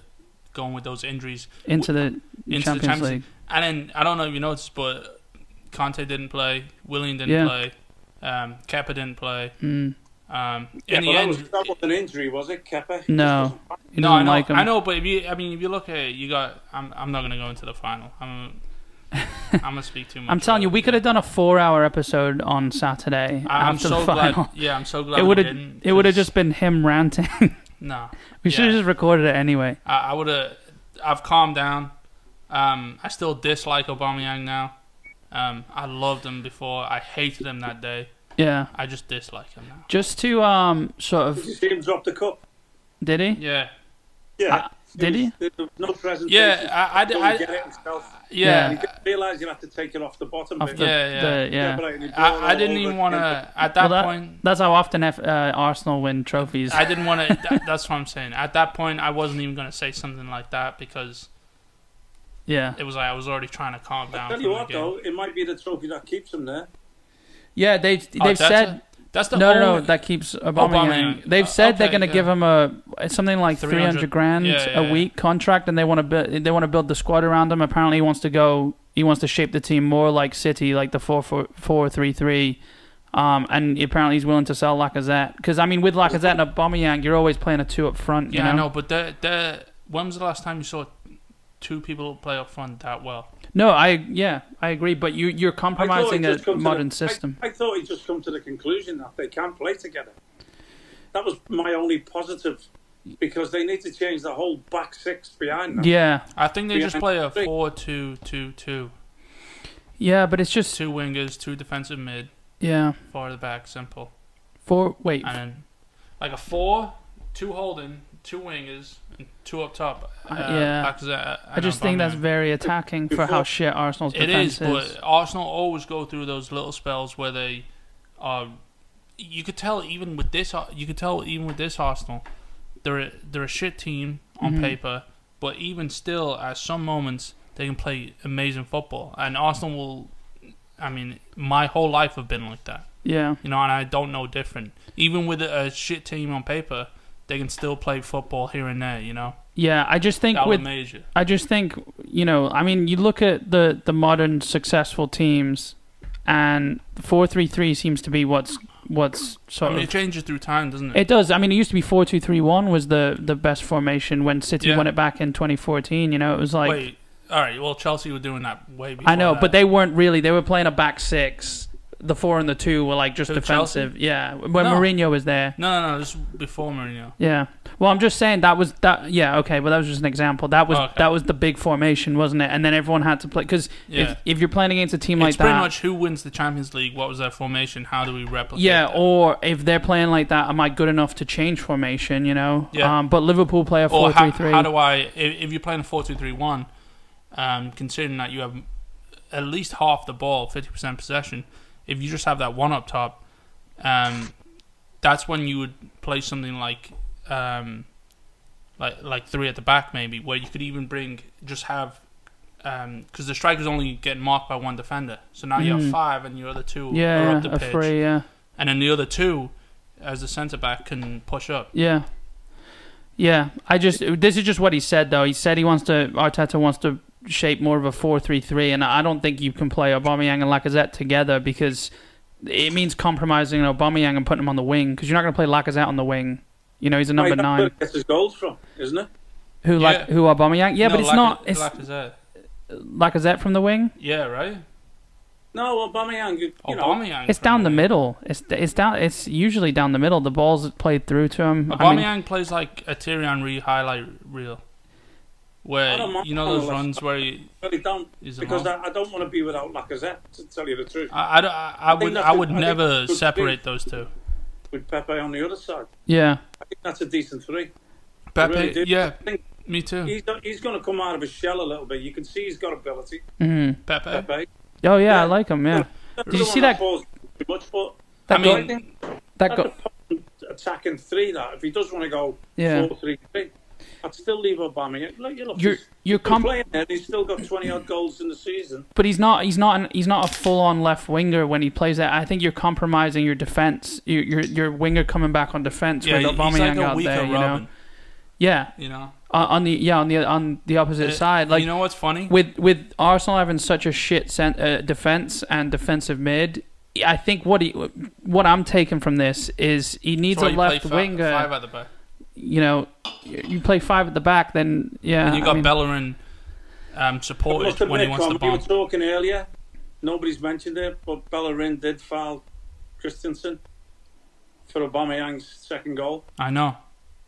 going with those injuries. into the the Champions, Champions League. League. And then I don't know if you noticed, but Conte didn't play, Willian didn't Yeah. play, um, Kepa didn't play. Mm. Um, in Yeah, the but that, end, was, that was an injury, was it, Kepa? He No. just wasn't- He no, doesn't I know, like 'em. I know, but if you, I mean, if you look at it, you got. I'm, I'm not gonna go into the final. I'm, I'm gonna speak too much. I'm telling you, about we it. could have done a four-hour episode on Saturday I- I'm after so the final. glad. Yeah, I'm so glad. It we would have. didn't, It would have 'cause- just been him ranting. Nah. we should have Yeah. just recorded it anyway. I, I would have. I've calmed down. Um, I still dislike Aubameyang now. Um, I loved him before. I hated him that day. Yeah. I just dislike him now. Just to um sort of Did you see him drop the cup? did he? Yeah, Yeah. Uh, did he? There was No presentation. yeah, I, I, He I- couldn't get it himself. Yeah. yeah. He didn't realise you have to take it off the bottom. Off bit. the- Yeah, yeah. the- yeah. but he blew it all I, I didn't over even want him. to. At Well, that, that- point, That's how often F- uh, Arsenal win trophies. I didn't want to. That, that's what I'm saying. At that point, I wasn't even gonna say something like that because yeah. it was like I was already trying to calm down. I tell from you the what, game. though, it might be the trophy that keeps him there. Yeah. They Oh, they've that's it? said that's the no no no only, that keeps Aubameyang. Aubameyang. They've Uh, said they're okay, going to yeah. give him a it's something like 300 three hundred grand Yeah, yeah, a yeah. week contract, and they want to bu- they want to build the squad around him. Apparently, he wants to go. He wants to shape the team more like City, like the four four four three three. Um, and apparently he's willing to sell Lacazette because I mean, with Lacazette and Aubameyang, you're always playing a two up front. You Yeah, I know? know, but they're, they're, when was the last time you saw two people play up front that well? No, I yeah, I agree. But you you're I thought he'd compromising a just come to the- modern system. I, I thought he just come to the conclusion that they can play together. That was my only positive, because they need to change the whole back six behind them. yeah, I think they Yeah, just I play a think- 4 2 2 2. yeah, but it's just Two wingers, two defensive mid, yeah. four at the back, simple. Four wait, And then like a 4, two holding, two wingers, and two up top. Uh, yeah. Lacazette I and just think that's Aubameyang. very attacking for how shit Arsenal's It defense is, but Arsenal always go through those little spells where they are. You could tell even with this. Ar- You could tell even with this Arsenal, they're a, they're a shit team on Mhm. paper, but even still, at some moments they can play amazing football. And Arsenal will. I mean, my whole life have been like that, yeah, you know, and I don't know different. Even with a, a shit team on paper, they can still play football here and there. You know, Yeah, I just think that with would major. I just think you know, I mean, you look at the the modern successful teams, and four three three seems to be what's what's I sort mean, of it changes through time, doesn't it? It does. I mean, it used to be four two three one was the the best formation when City Yeah. won it back in 2014. You know, it was like Wait, all right. Well, Chelsea were doing that way before. I know, that. but they weren't really. They were playing a back six. The four and the two were like just Who, defensive. Yeah, when No. Mourinho was there. no, no, no, this was before Mourinho. Yeah. Well, I'm just saying that was that. Yeah. Okay. Well, that was just an example. That was Oh, okay. that was the big formation, wasn't it? And then everyone had to play because Yeah. if, if you're playing against a team It's like pretty that, much who wins the Champions League. What was their formation? How do we replicate? Yeah, that? or if they're playing like that, am I good enough to change formation? You know. Yeah. Um, but Liverpool play a or four how, three three. how do I? If, if you're playing a four-two-three-one, um, considering that you have at least half the ball, fifty percent possession, if you just have that one up top, um, that's when you would play something like, um, like like three at the back maybe, where you could even bring just have. Because the striker's only getting marked by one defender, so now you have Mm. five, and your other two are Yeah, up the a pitch, free. Yeah. and then the other two, as the centre back, can push up. Yeah. Yeah. I just this is just what he said though. He said he wants to Arteta wants to shape more of a 4-3-3 and I don't think you can play Aubameyang and Lacazette together because it means compromising Aubameyang and putting him on the wing because you're not going to play Lacazette on the wing. You know, he's a number Right, That's where 9 he gets his goals from, isn't it? who like Yeah. who Aubameyang? Yeah, No, but it's Laca- not it's Lacazette. Lacazette from the wing. Yeah, right. No, Aubameyang. You, you know, Aubameyang. It's from down the there. middle. It's it's down it's usually down the middle. The ball's played through to him. I Aubameyang mean, plays like a Tyrion Re highlight reel, I where don't mind you know those how much- runs where he, really don't he's a because monster. I, I don't want to be without Lacazette. To tell you the Ah. truth, I, I, don't- I, I think would that's I a- would I think that's never a good separate those two. with Pepe on the other side, yeah. I think that's a decent three. I Pepe, really do. yeah, I think me too. he's he's going to come out of his shell a little bit. You can see he's got ability. hmm Pepe. Pepe. Oh yeah, I Yeah. like him. Yeah. That's Did you the see one that- Falls too much, but That I goal- mean, think that that's goal. a potent attacking three. That if he does want to go Yeah. four three three, I'd still leave Aubameyang. Look, you look, You're he's- you're he's comp- playing there. and He's still got twenty odd goals in the season. But he's not. He's not. An, he's not a full-on left winger when he plays that. I think you're compromising your defense. Your your, your winger coming back on defense Yeah, with he's Aubameyang like a out weaker there. You know. Robin. Yeah. You know. On on the yeah on the on the opposite Uh, side, like you know what's funny? with with Arsenal having such a shit cent- uh, defense and defensive mid. I think what he what I'm taking from this is he needs That's why a you play left fi- winger. Five at the back. you know, you you play five at the back, then yeah. And you I got mean- Bellerin um, I supported must when he admit, wants Tom, to we were bomb. talking earlier. Nobody's mentioned it, but Bellerin did foul Christensen for Aubameyang's second goal I know.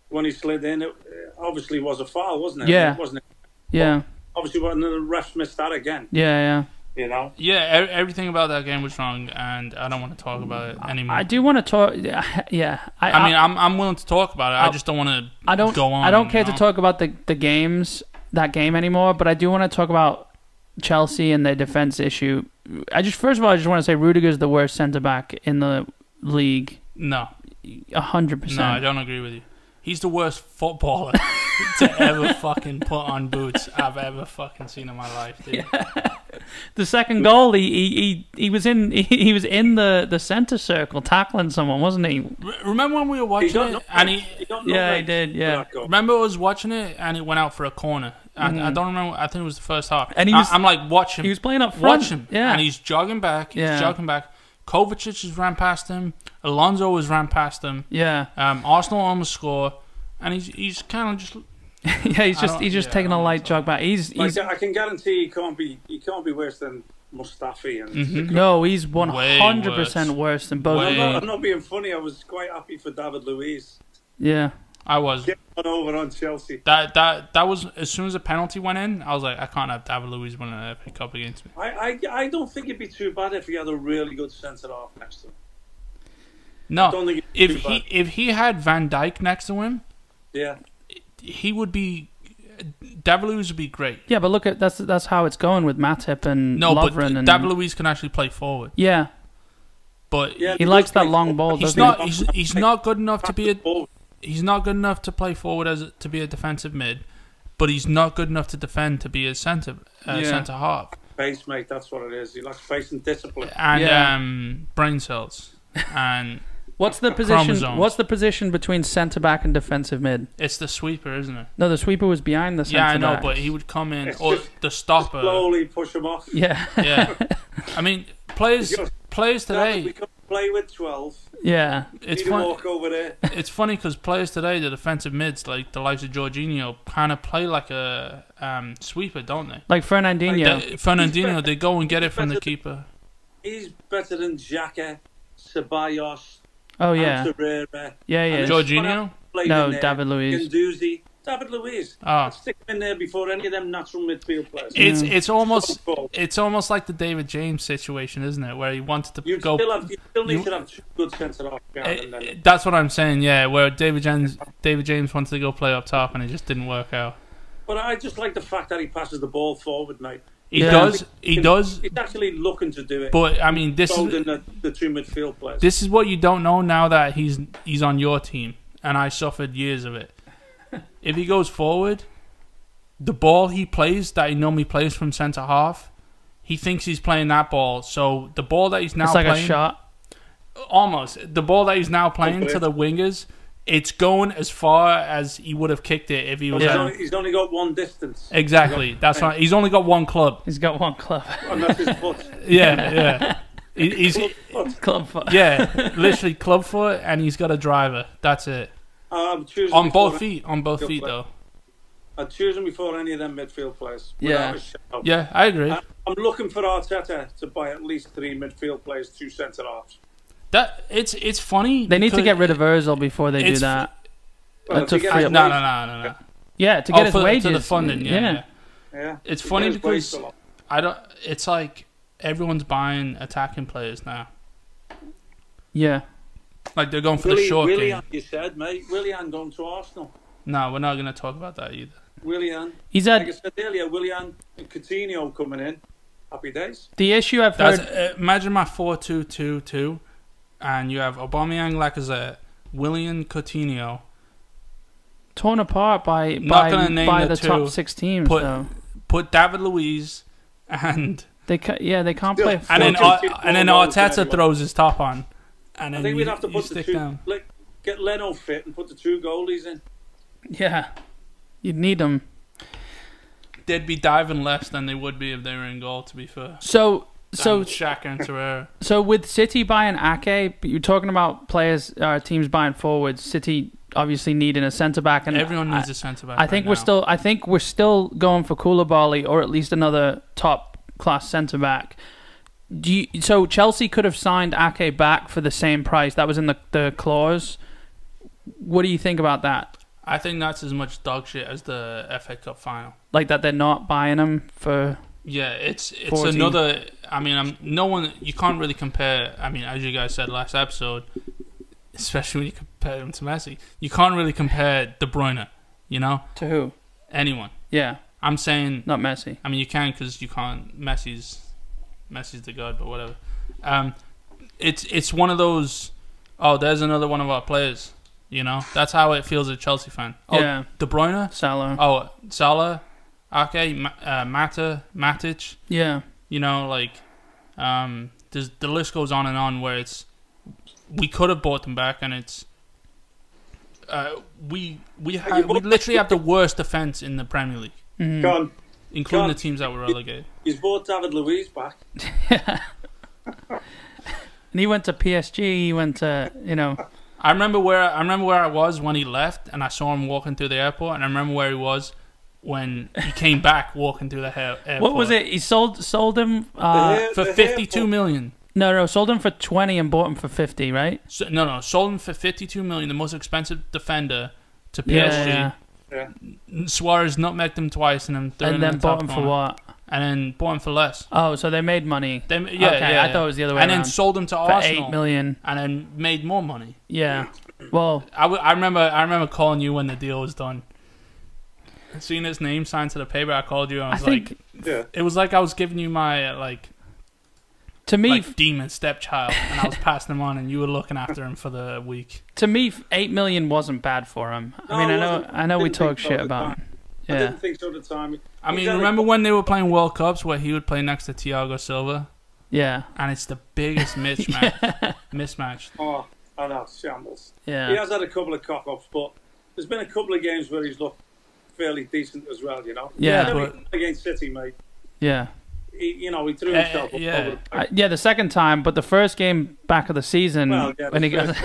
when he slid in. It uh, obviously was a foul, wasn't it? Yeah. wasn't it? yeah, Obviously, wasn't it? the refs missed that again. yeah, yeah. You know, Yeah, e- everything about that game was wrong, and I don't want to talk about it anymore. I do want to talk. Yeah, I, I mean, I'm I'm willing to talk about it. I I- just don't want to. I don't go on. I don't care you to know? talk about the the games that game anymore, but I do want to talk about Chelsea and their defense issue. I just first of all, I just want to say Rudiger's the worst centre back in the league, No, a hundred no, I percent. don't agree with you. He's the worst footballer to ever fucking put on boots I've ever fucking seen in my life, dude. The second goal, he he, he, he was in he, he was in the the centre circle tackling someone, wasn't he? Re- remember when we were he watching got it, knocked and out. he. he Yeah, got knocked he out did, for yeah. that goal. Remember, I was watching it, and it went out for a corner. I, I don't remember. I think it was the first half. Mm. And he was- I, am like, watch him. He was playing up front. Watch him. yeah. And he's jogging back. He's Yeah. jogging back. Kovacic has ran past him. Alonso has ran past him. yeah, Um, Arsenal almost score. And he's he's kind of just. yeah. He's I just don't- he's just yeah, taking I a don't uh, light jog back. He's Like, he's I can guarantee he can't be he can't be worse than Mustafi. And no, he's one Way hundred percent worse. worse than both. I'm, of Way- them. not, I'm not being funny. I was quite happy for David Luiz Yeah, I was getting one over on Chelsea. That that that was as soon as the penalty went in, I was like, I can't have David Luiz winning an FA Cup against me. I, I, I don't think it'd be too bad if he had a really good centre half next to him. I don't No, think it'd if be he bad. if he had Van Dijk next to him, Yeah. he would be David Luiz would be great. yeah. But look at that's that's how it's going with Matip and No, but Lovren and David Luiz can actually play forward, yeah. but Yeah, He likes that long ball, he's doesn't not he's, he's not good enough to be a Oh, he's not good enough to play forward as a- to be a defensive mid, but he's not good enough to defend to be a centre uh, Yeah. centre half face, mate. That's what it is. He lacks face and discipline. and Yeah. um, brain cells and What's the position? Chromosomes. What's the position between centre back and defensive mid? It's the sweeper, isn't it? No, the sweeper was behind the centre Yeah, I know, back. but he would come in It's or just- the Just stopper. slowly push him off. yeah, Yeah, I mean players Just- players Now that we today. can play with 12. yeah, It's It's need to fun. walk over there. It's funny because players today, the defensive mids like the likes of Jorginho, kind of play like a um, sweeper, don't they? like Fernandinho. They- Fernandinho, they go and get it from the Better- keeper. He's better than Xhaka, Ceballos, Oh yeah, and Torreira. yeah, and yeah. then- Jorginho? Played No, in there. David Luiz. Guendouzi. David Luiz. Oh. I'd stick him in there before any of them natural midfield players. It's it's almost Football. it's almost like the David James situation, isn't it? Where he wanted to You go. still have, you still need you- to have two good centre half Eh, and eh, then that's what I'm saying. Yeah, where David James David James wanted to go play up top, and it just didn't work out. But I just like the fact that he passes the ball forward, mate. He Yeah. does. He does. He's actually looking to do it. But I mean, this This is the, the two midfield players. this is what you don't know now that he's he's on your team, and I suffered years of it. if he goes forward, the ball he plays that he normally plays from centre half, he thinks he's playing that ball. So the ball that he's now It's like playing, a shot. almost the ball that he's now playing Okay. to the wingers, it's going as far as he would have kicked it if he was he's, at- only, he's only got one Eh. distance, exactly. That's why he's only got one club. He's got one club. and that's his foot. Yeah, yeah. He- he's Foot. club foot. yeah, literally club foot, and he's got a driver. That's it. I'm choosing On before- both feet, on both Good feet play. though. I'd choose him before any of them midfield players. Yeah. without a shout. Yeah, I agree. I- I'm looking for Arteta to buy at least three midfield players, two centre halves. That it's it's funny. They need to because- get rid of Özil before they do It's- that. Well, That's a if he gets free- his No, wage- no, no, no, no. Yeah, to Oh, get his for, wages. to the funding. Yeah, yeah. Yeah. It's He funny gets his wage because- a lot. I don't. It's like everyone's buying attacking players now. yeah. Like they're going for the Willie, short Willian, game. you said, mate. Willian going to Arsenal. No, we're not going to talk about that either. Willian. He's Like I had said earlier, Willian and Coutinho coming in. Happy days. the issue I've That's heard. uh, imagine my four-two-two-two, and you have Aubameyang, Lacazette, Willian, Coutinho. torn apart by Not by, gonna name by the the, top two. six teams. Put- though. Put David Luiz and They ca- yeah they can't Still- play. and then Four, Ar- two, two, and then four, Arteta two. throws his top on, and I then think you, we'd have to you put the stick two. down. Like, get Leno fit and put the two goalies in. yeah, you'd need them. They'd be diving less than they would be if they were in goal. To be fair. So so Than Shaq and Torreira. so with City buying Ake, but you're talking about players uh, teams buying forwards. City obviously needing a centre back, and Everyone I- needs a centre back. I think right we're now. still. I think we're still going for Koulibaly or at least another top class centre back. Do you, so Chelsea could have signed Ake back for the same price. That was in the the clause. What do you think about that? I think that's as much dog shit as the FA Cup final. Like that they're not buying him for Yeah, it's it's 14. another. I mean, I'm no one. You can't really compare. I mean, as you guys said last episode, especially when you compare him to Messi, you can't really compare De Bruyne. You know, to who? anyone. Yeah, I'm saying. not Messi. I mean, you can because you can't. Messi's Messi's the god, but whatever. Um, it's it's one of those. Oh, there's another one of our players. You know, that's how it feels as a Chelsea fan. Oh, Yeah, De Bruyne. Salah. Oh, Salah, Ake, Ma- uh, Mata, Matic. yeah, You know, like, um, there's, the list goes on and on. Where it's, we could have bought them back, and it's, uh, we we ha- you we bought- literally have the worst defense in the Premier League, Mhm. Gone. including God. the teams that were relegated. He's brought David Luiz back. and he went to PSG. He went to you know. I remember where I remember where I was when he left, and I saw him walking through the airport, and I remember where he was when he came back walking through the ha- airport. What was it? He sold sold him. Uh, The for hair- the fifty-two hair- million? no, no, sold him for twenty and bought him for fifty. Right? So, no, no, sold him for fifty-two million, the most expensive defender to PSG. Yeah, yeah. Yeah. Suarez nutmegged him twice, and then threw him And in then the bought top him for corner. what? And then bought him for less. Oh, so they made money. Then yeah, Okay, yeah, I yeah. thought it was the other way And then around. sold him to for Arsenal, eight million. and then made more money. Yeah. Well, I, w- I remember I remember calling you when the deal was done. Seeing his name signed to the paper, I called you and I I was think like, Yeah. it was like I was giving you my uh, like to me, like demon stepchild, and I was passing him on, and you were looking after him for the week. to me, eight million wasn't bad for him. I No, mean, I it know, wasn't. I know, we Didn't think talk so shit at the about. Him. I Yeah. didn't think so at the time. I mean, Exactly. remember when they were playing World Cups where he would play next to Thiago Silva, Yeah. and it's the biggest mismatch. mismatch. Oh, I know, it's shambles. Yeah. He has had a couple of cock ups, but there's been a couple of games where he's looked fairly decent as well, you know? Yeah, You know, against City, mate. yeah. He, you know, he threw Uh, himself up yeah. over the I, Eh, yeah, the second time, but the first game back of the season Well, yeah, when he the got,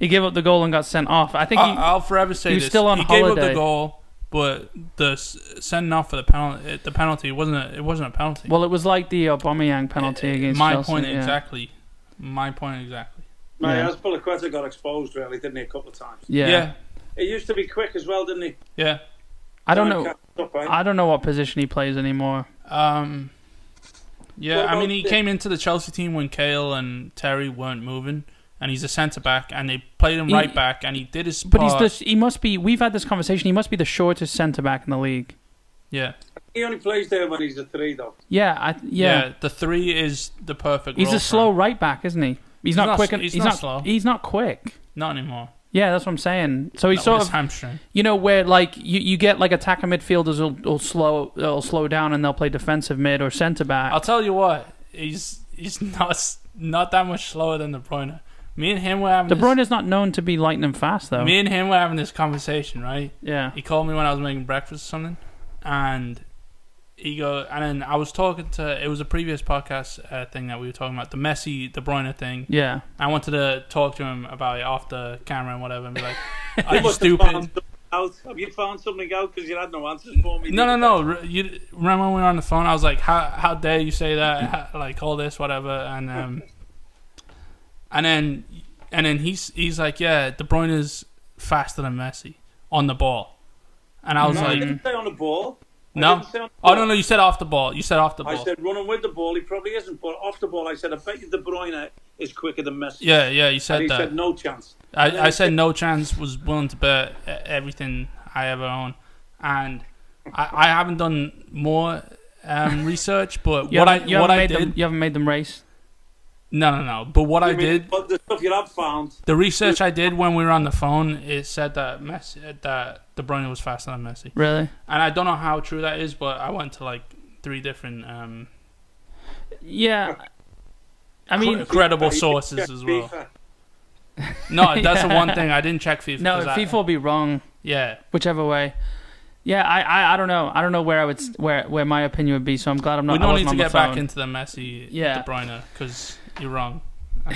he gave up the goal and got sent off. I think he, I, will forever say he was this. still on he gave up holiday. the goal, but the s- sending off for the penalty, the penalty wasn't a, it wasn't a penalty. Eh, well, it was like the Aubameyang penalty against my Chelsea, point yeah. exactly. My point exactly. Mate, Yeah. yeah. Azpilicueta got exposed, really, didn't he, a couple of times? Yeah. yeah, He used to be quick as well, didn't he? yeah. I don't Someone know. catches up, right? I don't know what position he plays anymore. Um, yeah, What I mean, about he the- came into the Chelsea team when Kale and Terry weren't moving, and he's a centre back, and they played him He- right back, and he did his. But he's part. this. He must be. We've had this conversation. He must be the shortest centre back in the league. yeah, He only plays there when he's a three, though. Yeah. I, yeah. yeah, The three is the perfect. He's role a for slow him. right back, isn't he? He's, He's not, not quick. s- and, he's he's not not, slow. He's not quick. Not anymore. Yeah, that's what I'm saying. So he's Not sort with his of hamstring. you know where like you, you get like attacker midfielders will, will slow will slow down and they'll play defensive mid or centre back. I'll tell you what, he's he's not s- not that much slower than De Bruyne. Me and him were having De this- Bruyne is not known to be lightning fast though. Me and him were having this conversation, right? yeah, He called me when I was making breakfast or something, and he go and then I was talking to it was a previous podcast uh, thing that we were talking about the Messi De Bruyne thing. yeah, I wanted to talk to him about it off the camera and whatever, and be like, "Are You you must have stupid?" found something out. Have you found something out? Because you had no answers for me. No, no, did no. re- You remember when we were on the phone? I was like, "How how dare you say that? How, like all this, whatever." And um, and then and then he's he's like, "Yeah, De Bruyne is faster than Messi on the ball," and I you? was No, I like, didn't say on the ball. I "No." didn't say on the Oh ball. no, no. You said off the ball. You said off the I ball. said running with the ball, he probably isn't. But off the ball, I said, I bet you De Bruyne is quicker than Messi. yeah, yeah. You and he said that. said no chance. And then I, I he said no chance was willing to bet e- everything I ever own, and I, I haven't done more um, research. But You what I haven't- you what haven't I made did them, you haven't made them race. no no no. But what I You mean- did But the stuff you have found, the research I did when we were on the phone it said that Messi that De Bruyne was faster than Messi, Really? and I don't know how true that is, but I went to like three different um, Yeah. I mean, credible uh, you sources check as well. FIFA. No, that's the one thing I didn't check FIFA. no, 'cause I- FIFA will be wrong yeah, whichever way. Yeah, I, I, I don't know. I don't know where I would s- where where my opinion would be. So I'm glad I'm not. we I don't wasn't need to on the get back phone. into the Messi Yeah. De Bruyne because you're wrong. Um,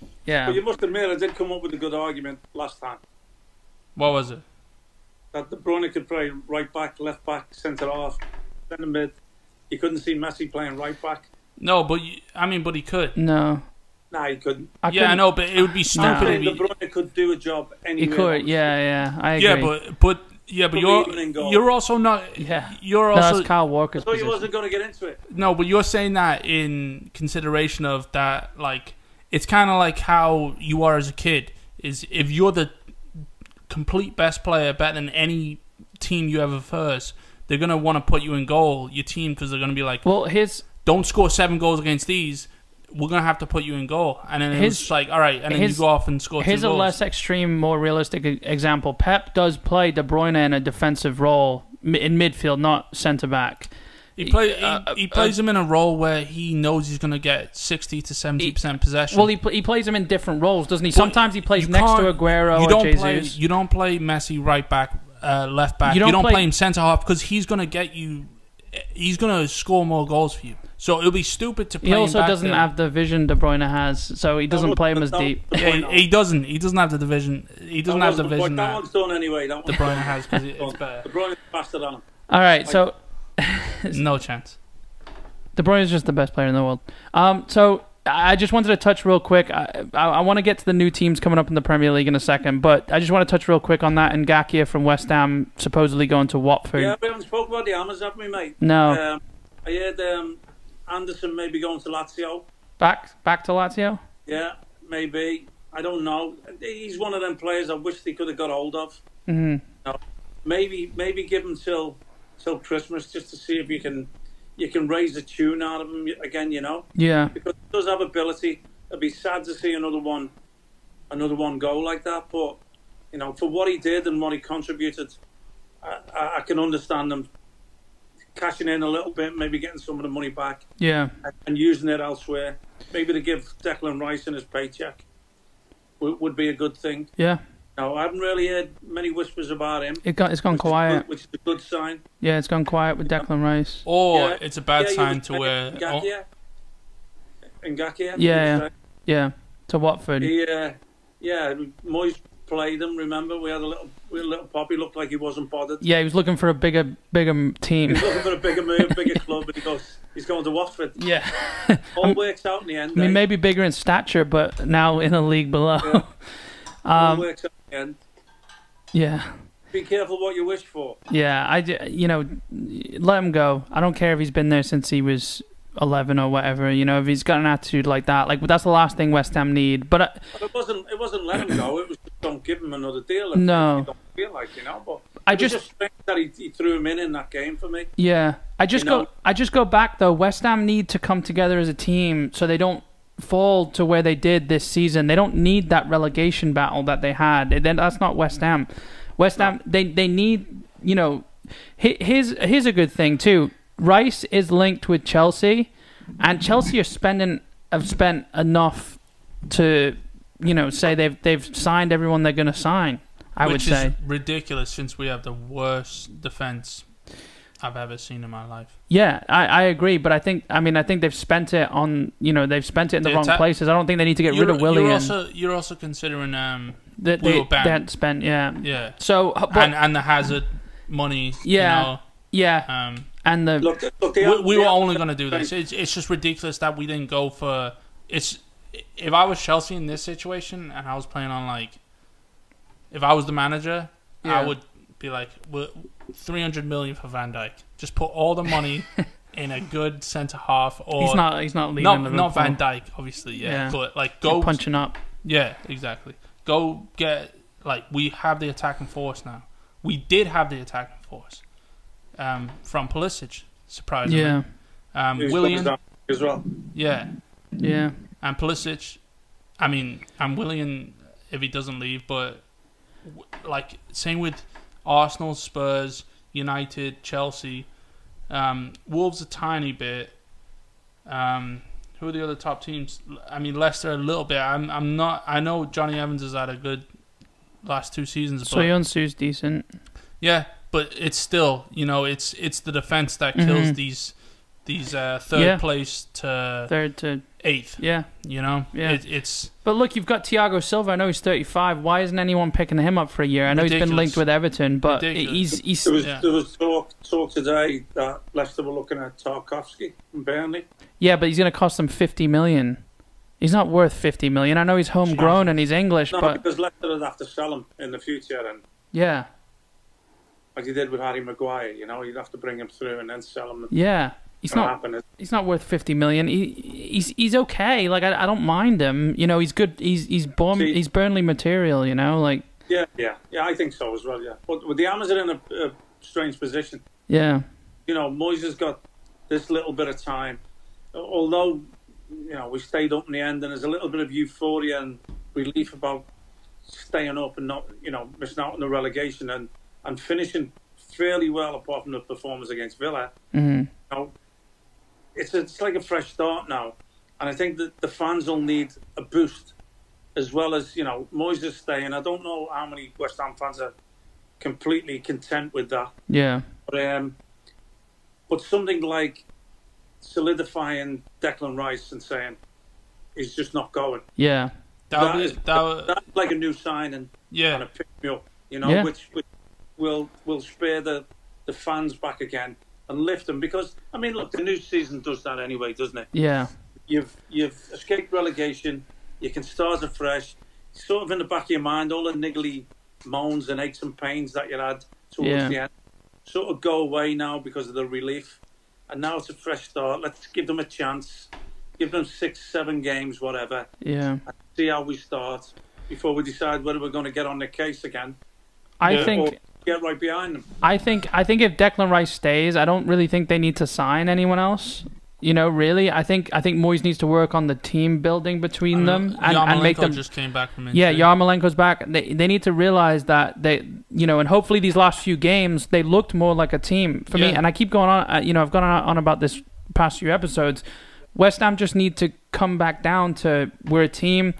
But Yeah. you must admit, I did come up with a good argument last time what was it? that De Bruyne could play right back, left back, centre half, centre mid. You couldn't see Messi playing right back. No, but you, I mean, but he could. No. Nah, he couldn't. I yeah, I couldn't- know, but it would be No. I stupid. think if De he- Bruyne could do a job He anywhere. could. Yeah, yeah. I agree. yeah, but but yeah, but Put you're the evening goal. you're also not. Yeah. You're no, also that's Kyle Walker's So he position. wasn't going to get into it. No, but you're saying that in consideration of that, like it's kind of like how you are as a kid. Is if you're the complete best player, better than any team you ever first, they're gonna want to put you in goal, your team, because they're gonna be like, Well, his don't score seven goals against these. We're gonna have to put you in goal, and then His- it's just like, all right, and then his- you go off and score Here's two a goals. less extreme, more realistic e- example. Pep does play De Bruyne in a defensive role mi- in midfield, not centre back. he, play, he, uh, he uh, plays him in a role where he knows he's gonna get sixty to seventy percent possession. Well, he, pl- he plays him in different roles, doesn't he? Sometimes he plays you next to can't- Aguero you or don't Jesus. play. You don't play Messi right back, uh, left back. You You don't don't, play, play- him centre half because he's gonna get you. He's gonna score more goals for you. So it'll be stupid to play. he also him back doesn't there. have the vision De Bruyne has, so he doesn't That play him wasn't- as that deep. wasn't the He, point, he doesn't. He doesn't have the division. He doesn't that have the wasn't point. vision That that one's done anyway. That De one's Bruyne has because it's De better. Bruyne's faster than him. All right, so No chance. De Bruyne is just the best player in the world. Um, so I I just wanted to touch real quick. I, I, I want to get to the new teams coming up in the Premier League in a second, but I just want to touch real quick on that. And Gakia from West Ham supposedly going to Watford. Yeah, we haven't spoken about the Hammers, have we, mate? No, Um, I heard um, Anderson maybe going to Lazio. back back to Lazio. Yeah, maybe. I don't know. He's one of them players I wish they could have got hold of. hmm Maybe, maybe give him till till Christmas just to see if you can you can raise a tune out of him again. You know, Yeah, because he does have ability. It'd be sad to see another one, another one go like that. But you know, for what he did and what he contributed, I, I, I can understand him cashing in a little bit, maybe getting some of the money back yeah, and using it elsewhere. Maybe to give Declan Rice in his paycheck. would, would be a good thing. Yeah, Now, I haven't really heard many whispers about him, it got it's gone which is good- quiet. which is a good sign. Yeah, it's gone quiet with Declan Rice. Or Yeah. it's a bad Yeah, you sign would to say where. oh, Ngakia. Ngakia, you would Yeah. say. Yeah, to Watford. He, uh, yeah, Moyes played him. Remember, we had a little, we had a little pop. He looked like he wasn't bothered. Yeah, he was looking for a bigger, bigger m- team. He's looking for a bigger move, bigger club, and he goes, he's going to Watford. Yeah, All works out in the end. Um, I mean eh? maybe bigger in stature, but now in a league below. All um, works out in the end. yeah. Be careful what you wish for. Yeah, I ju- you know, let him go. I don't care if he's been there since he was 11 or whatever. You know, if he's got an attitude like that, like that's the last thing West Ham need. But uh, But it wasn't. It wasn't let him go. It was just don't give him another deal. if No. you don't feel like you know. But I it was just- just strange that he, he threw him in in that game for me. yeah, I just You go know- I just go back though. West Ham need to come together as a team so they don't fall to where they did this season. They don't need that relegation battle that they had. Then that's not West Ham. West Ham they they need, you know, he- here's here's a good thing too. Rice is linked with Chelsea, and Chelsea are spending have spent enough to, you know, say they've they've signed everyone they're going to sign. I would which is say, ridiculous since we have the worst defense I've ever seen in my life. yeah, I, I agree, but I think I mean I think they've spent it on you know they've spent it in the The wrong attack- places. I don't think they need to get rid of Willian. You're also you're also considering um that we they, were banned. they hadn't spent, yeah. yeah So, h- but, and and the hazard money. Yeah. You yeah, know, um, and the Look, look. They we, haven't- we they were haven't- only going to do this. It's, it's just ridiculous that we didn't go for. It's if I was Chelsea in this situation and I was playing on like, if I was the manager, Yeah. I would be like, three hundred million for Van Dyke. Just put all the money in a good centre half or he's not he's not leaving. not, Liverpool. not Van Dyke, obviously. Yeah, Yeah. but like He's go punching up. yeah, exactly. Go get like we have the attacking force now. We did have the attacking force um, from Pulisic, surprisingly. Yeah, Um, he was William, down as well. yeah, yeah. and Pulisic. I mean, and William if he doesn't leave, but w- like same with Arsenal, Spurs, United, Chelsea. Um, Wolves a tiny bit. Um, who are the other top teams? L- I mean, Leicester a little bit. I'm I'm not. I know Johnny Evans has had a good last two seasons, but Soyuncu's decent. yeah, but it's still you know it's it's the defense that kills Mhm. these these uh, third Yeah. place to Third to eighth. yeah. You know, Yeah. it, it's But look, you've got Thiago Silva. I know he's 35. Why isn't anyone picking him up for a year? I know he's been Ridiculous. linked with Everton, but Ridiculous. he's he's There was Yeah. there was talk talk today that Leicester were looking at Tarkovsky from Burnley. yeah, but he's going to cost them 50 million. He's not worth 50 million. I know he's homegrown and he's English, No, but because Leicester would have to sell him in the future, and yeah, like he did with Harry Maguire, you know, you'd have to bring him through and then sell him. yeah. He's It'll not happen. It's- he's not worth 50 million. He, he's he's okay. Like I, I don't mind him. You know, he's good. He's he's born See- he's Burnley material, you know? Like Yeah, yeah, yeah. I think so as well. Yeah, but, but the Amazon in a, a strange position. yeah. you know, Moyes has got this little bit of time. Although, you know, we stayed up in the end, and there's a little bit of euphoria and relief about staying up and not, you know, missing out on the relegation and, and finishing fairly well, apart from the performance against Villa. hmm You know, it's it's like a fresh start now, and I think that the fans will need a boost, as well as you know, Moyes is staying. I don't know how many West Ham fans are completely content with that. Yeah. But um, but something like solidifying Declan Rice and saying he's just not going. Yeah. that, That would- is- that would- That's like a new sign and kind yeah. of pick me up, you know, Yeah. which, which will will spare the the fans back again and lift them because I mean, look, the new season does that anyway, doesn't it? Yeah. You've you've escaped relegation, you can start afresh. Sort of in the back of your mind, all the niggly moans and aches and pains that you had towards Yeah. the end sort of go away now because of the relief. And now it's a fresh start. Let's give them a chance. Give them six, seven games, whatever. Yeah. See how we start before we decide whether we're going to get on the case again. I Yeah. think or get right behind them. I think I think if Declan Rice stays, I don't really think they need to sign anyone else. You know, really, I think I think Moyes needs to work on the team building between them and, and make Yarmolenko them. just came back from yeah, injury. Yarmolenko's back. They they need to realize that they you know, and hopefully these last few games they looked more like a team for me. Yeah. And I keep going on. Uh, you know, I've gone on, on about this past few episodes. West Ham just need to come back down to we're a team.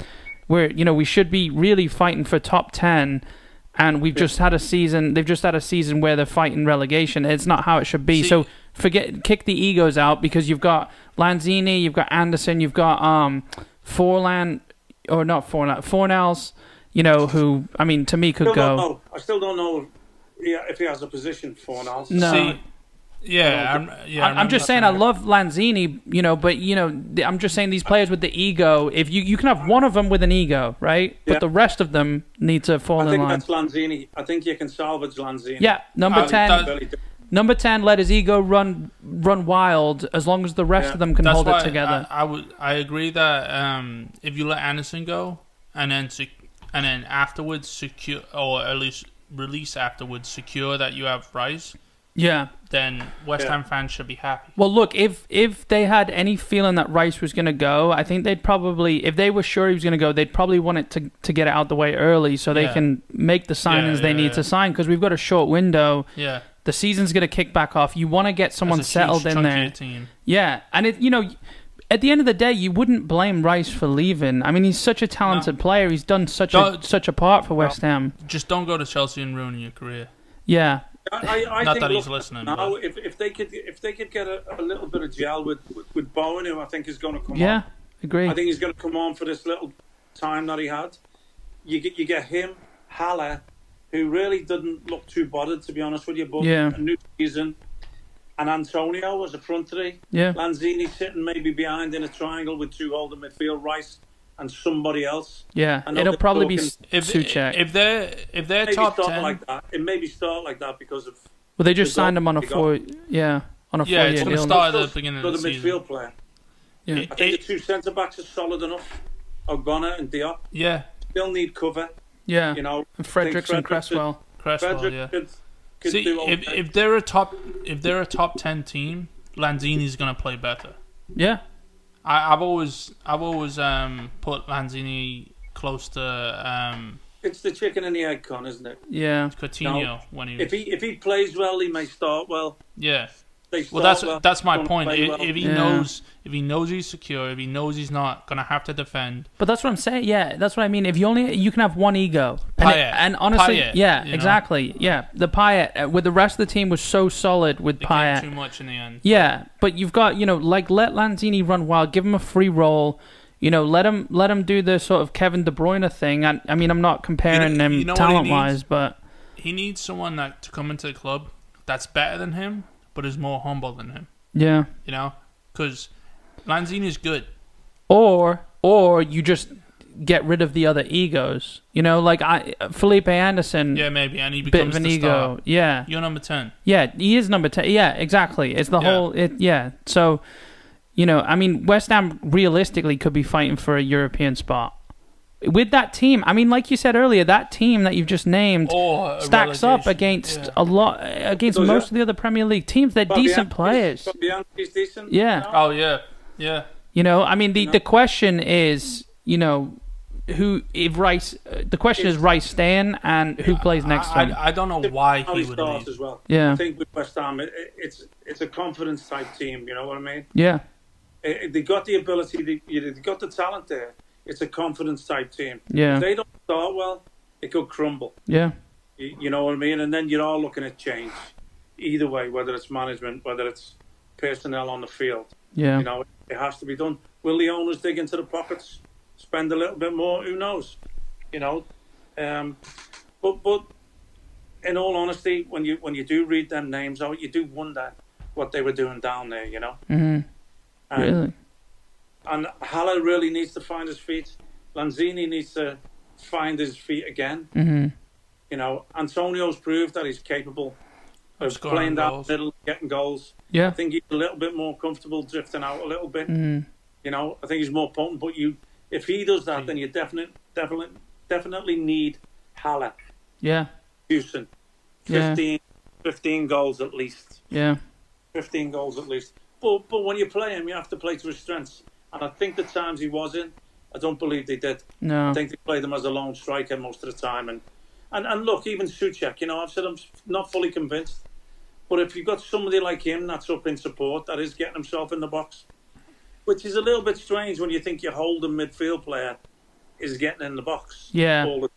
We're you know we should be really fighting for top ten, and we've just had a season. They've just had a season where they're fighting relegation. It's not how it should be. See- so forget kick the egos out because you've got Lanzini, you've got Anderson, you've got um Forlan or not Forlan Fornals. You know who I mean to me could Still go. don't know. I still don't know if he, if he has a position for now. No. See, yeah, I'm, yeah. I- I'm remember just that saying I time. love Lanzini, you know, but you know, th- I'm just saying these players with the ego. If you you can have one of them with an ego, right? Yeah. But the rest of them need to fall I in think line. that's Lanzini. I think you can salvage Lanzini. Yeah, number Uh, ten. that- Really do. number ten. Let his ego run run wild as long as the rest Yeah. of them can That's hold why uh, it together. I, I would. I agree that um, if you let Anderson go, and then sec- and then afterwards secure, or at least release afterwards, secure that you have Rice, yeah. then West Yeah. Ham fans should be happy. Well, look, if if they had any feeling that Rice was going to go, I think they'd probably, if they were sure he was going to go, they'd probably want it to to get it out the way early so they Yeah. can make the signings they yeah, need yeah. to sign because we've got a short window. Yeah, the season's going to kick back off. You want to get someone that's a huge settled in chunk of there. your Team. Yeah, and it you know, at the end of the day, you wouldn't blame Rice for leaving. I mean, he's such a talented player. He's done such a Don't- such a part for West Ham. Just don't go to Chelsea and ruin your career. Yeah, I, I, I Not think, that he's look, listening, Now, but- if, if they could if they could get a, a little bit of gel with with, with Bowen, who I think is going to come yeah, on, agree. I think he's going to come on for this little time that he had. You get you get him, Haller, who really didn't look too bothered to be honest with you, but Yeah. a new season, and Antonio as a front three. yeah, Lanzini sitting maybe behind in a triangle with two holding midfield, Rice and somebody else. yeah. I know It'll they're probably be talking- if, If Suchek. if they're if they're Maybe top start ten, like that. It maybe start like that because of well, they just they're signed him on a gone. four. Yeah, on a Yeah, four-year it's gonna deal. start- at the beginning of got the a season. midfield player. Yeah. I think It- the two centre backs are solid enough. O'Gonnor and Diop yeah, still need cover. yeah, You know, and Fredericks and Cresswell. Cresswell, Frederick yeah. could, could See, do all if, right. if they're a top if they're a top ten team, Lanzini's gonna play better. Yeah, I, I've always I've always um, put Lanzini close to um, it's the chicken and the egg con, isn't it? Mm. yeah, Coutinho No. when he was If he if he plays well, he may start well. yeah. They Well, start that's that's my don't point. play If, well. if he Yeah. knows if he knows he's secure, if he knows he's not gonna have to defend, but that's what I'm saying. Yeah, that's what I mean. If you only you can have one ego, and, Payet. and honestly, Payet, yeah, you know? exactly, yeah. The Payet uh, with the rest of the team was so solid with they Payet. gave too much in the end. Yeah, but you've got you know like let Lanzini run wild, give him a free roll, you know let him let him do the sort of Kevin De Bruyne thing. I, I mean I'm not comparing You know- him you know what he talent wise, but He needs someone that to come into the club that's better than him, but is more humble than him. yeah, You know, because Lanzini's good. or or you just get rid of the other egos. You know like I Felipe Anderson, Yeah, maybe, and he bit becomes of an the ego. star. Yeah, You're number ten. Yeah, he is number ten. Yeah, exactly. It's the Yeah. whole. It yeah. So, you know, I mean, West Ham realistically could be fighting for a European spot with that team. I mean, like you said earlier, that team that you've just named Or Oh, a stacks up relegation. against Yeah. a lot against Does most it? of the other Premier League teams. They're Fabianski's- decent players. Fabianski's decent. Yeah. No? Oh yeah, yeah. You know, I mean, the You know? the question is, you know. Who if Rice? uh, The question is Rice staying and who plays next I, to him? I, I don't know why How he he would starts leave. as well. Yeah. I think with West Ham, it, it- it's it's a confidence type team. You know what I mean? yeah, Eh, eh, they got the ability, they, you know, they got the talent there. It's a confidence type team. yeah, If they don't start well, it could crumble. yeah, You, you know what I mean? And then you're all looking at change. Either way, whether it's management, whether it's personnel on the field, yeah. you know, it has to be done. Will the owners dig into the pockets, spend a little bit more? Who knows? You know, um, but but in all honesty, when you when you do read them names out, you do wonder what they were doing down there. You know, Mhm. and, Really? and Haller really needs to find his feet. Lanzini needs to find his feet again. hmm You know, Antonio's proved that he's capable of Scoring playing down goals. the middle, getting goals. Yeah. I think he's a little bit more comfortable drifting out a little bit. Mm, You know, I think he's more potent. But you, if he does that, then you definitely, definitely, definitely need Haller, yeah, Houston, Yeah. 15, 15 goals at least, yeah, fifteen goals at least. But but when you play him, you have to play to his strengths. And I think the times he was in, I don't believe they did. no, I think they played him as a lone striker most of the time. And and, and look, even Suchek, you know, I've said I'm not fully convinced. But if you've got somebody like him that's up in support, that is getting himself in the box, which is a little bit strange when you think you hold a midfield player is getting in the box. Yeah. all the,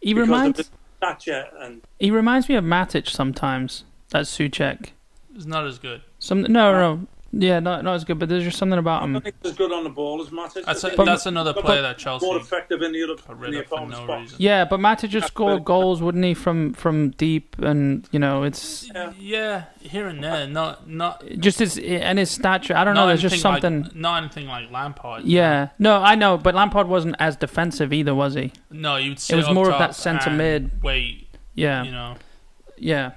He because reminds of the stature and he reminds me of Matic sometimes. That's Suchek. It's not as good. Some no no yeah not not as good, but there's just something about I him. don't think he's as good on the ball as Matic. That's I a, think that's another player that he's Chelsea more effective in the got other in rid the of for opponent's no box. reason. Yeah, but Matic just score better. goals, wouldn't he, from from deep? And you know, it's Yeah. Yeah, here and there, not not. just his and his stature. I don't not know. There's just anything like- something. not anything like Lampard. yeah, no, I know, but Lampard wasn't as defensive either, was he? No, you'd. Sit was up more of top that centre and mid. Wait, Yeah, you know, yeah,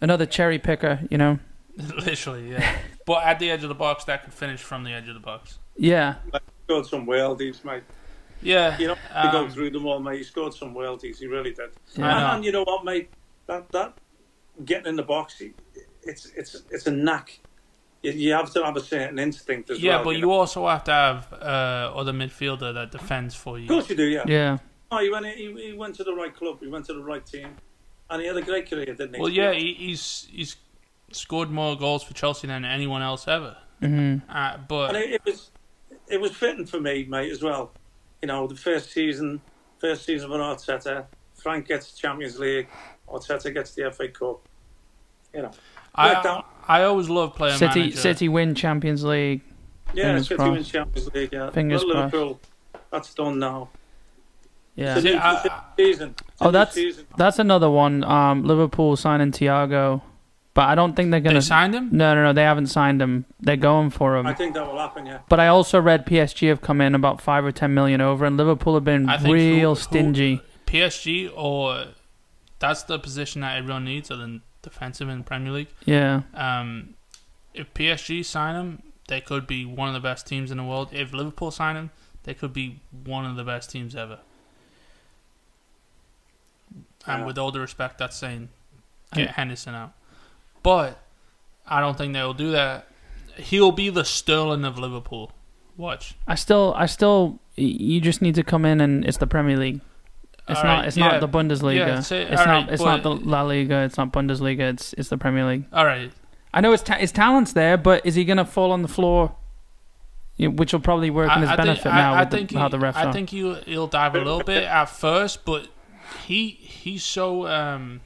another cherry picker, you know. literally, yeah. but at the edge of the box, that could finish from the edge of the box. Yeah, Scored some worldies, mate. Yeah, You know, um, he go through them all, mate. He scored some worldies. He really did. Yeah. I know. And, and you know what, mate? That that getting in the box, he- it's it's it's a knack. You, you have to have a certain instinct as yeah, well. but you, know? also have to have uh, other midfielder that defends for of you. course you do. Yeah. yeah, No, he went he, he went to the right club. He went to the right team, and he had a great career, didn't he? Well, yeah, he, he's he's scored more goals for Chelsea than anyone else ever. hmm Uh, and but it, it was it was fitting for me, mate, as well. You know, the first season, first season of an Arteta, Frank gets Champions League, Arteta gets the FA Cup. You know, worked I out. I always love player City manager. City win Champions League. yeah, Fingers City crossed. wins Champions League. Yeah, Fingers But Liverpool, that's done now. Yeah, It's a new- Yeah, it's a I- new season. It's a Oh, new that's- season. that's another one. Um, Liverpool signing Thiago, but I don't think they're They gonna. signed him. no, no, no, they haven't signed him. They're going for him. I think that will happen. Yeah, But I also read PSG have come in about five or ten million over, and Liverpool have been I think real who- who- stingy. PSG or that's the position that everyone needs other than defensive in the Premier League. yeah, Um, if PSG sign him, they could be one of the best teams in the world. If Liverpool sign him, they could be one of the best teams ever. And Yeah. with all due respect, that's saying And- get Henderson out. But I don't think they'll do that. He'll be the Sterling of Liverpool. Watch. I still, I still, y- you just need to come in and it's the Premier League. It's All not, right, it's yeah, not the Bundesliga. yeah, say- it's all not, right, it's but- not the La Liga. It's not Bundesliga. It's, it's the Premier League. All right. I know his ta- his talent's there, but is he gonna fall on the floor? Y- Which will probably work in his benefit now with the- how the refs I are. think he'll, he'll dive a little bit at first, but he he's so um,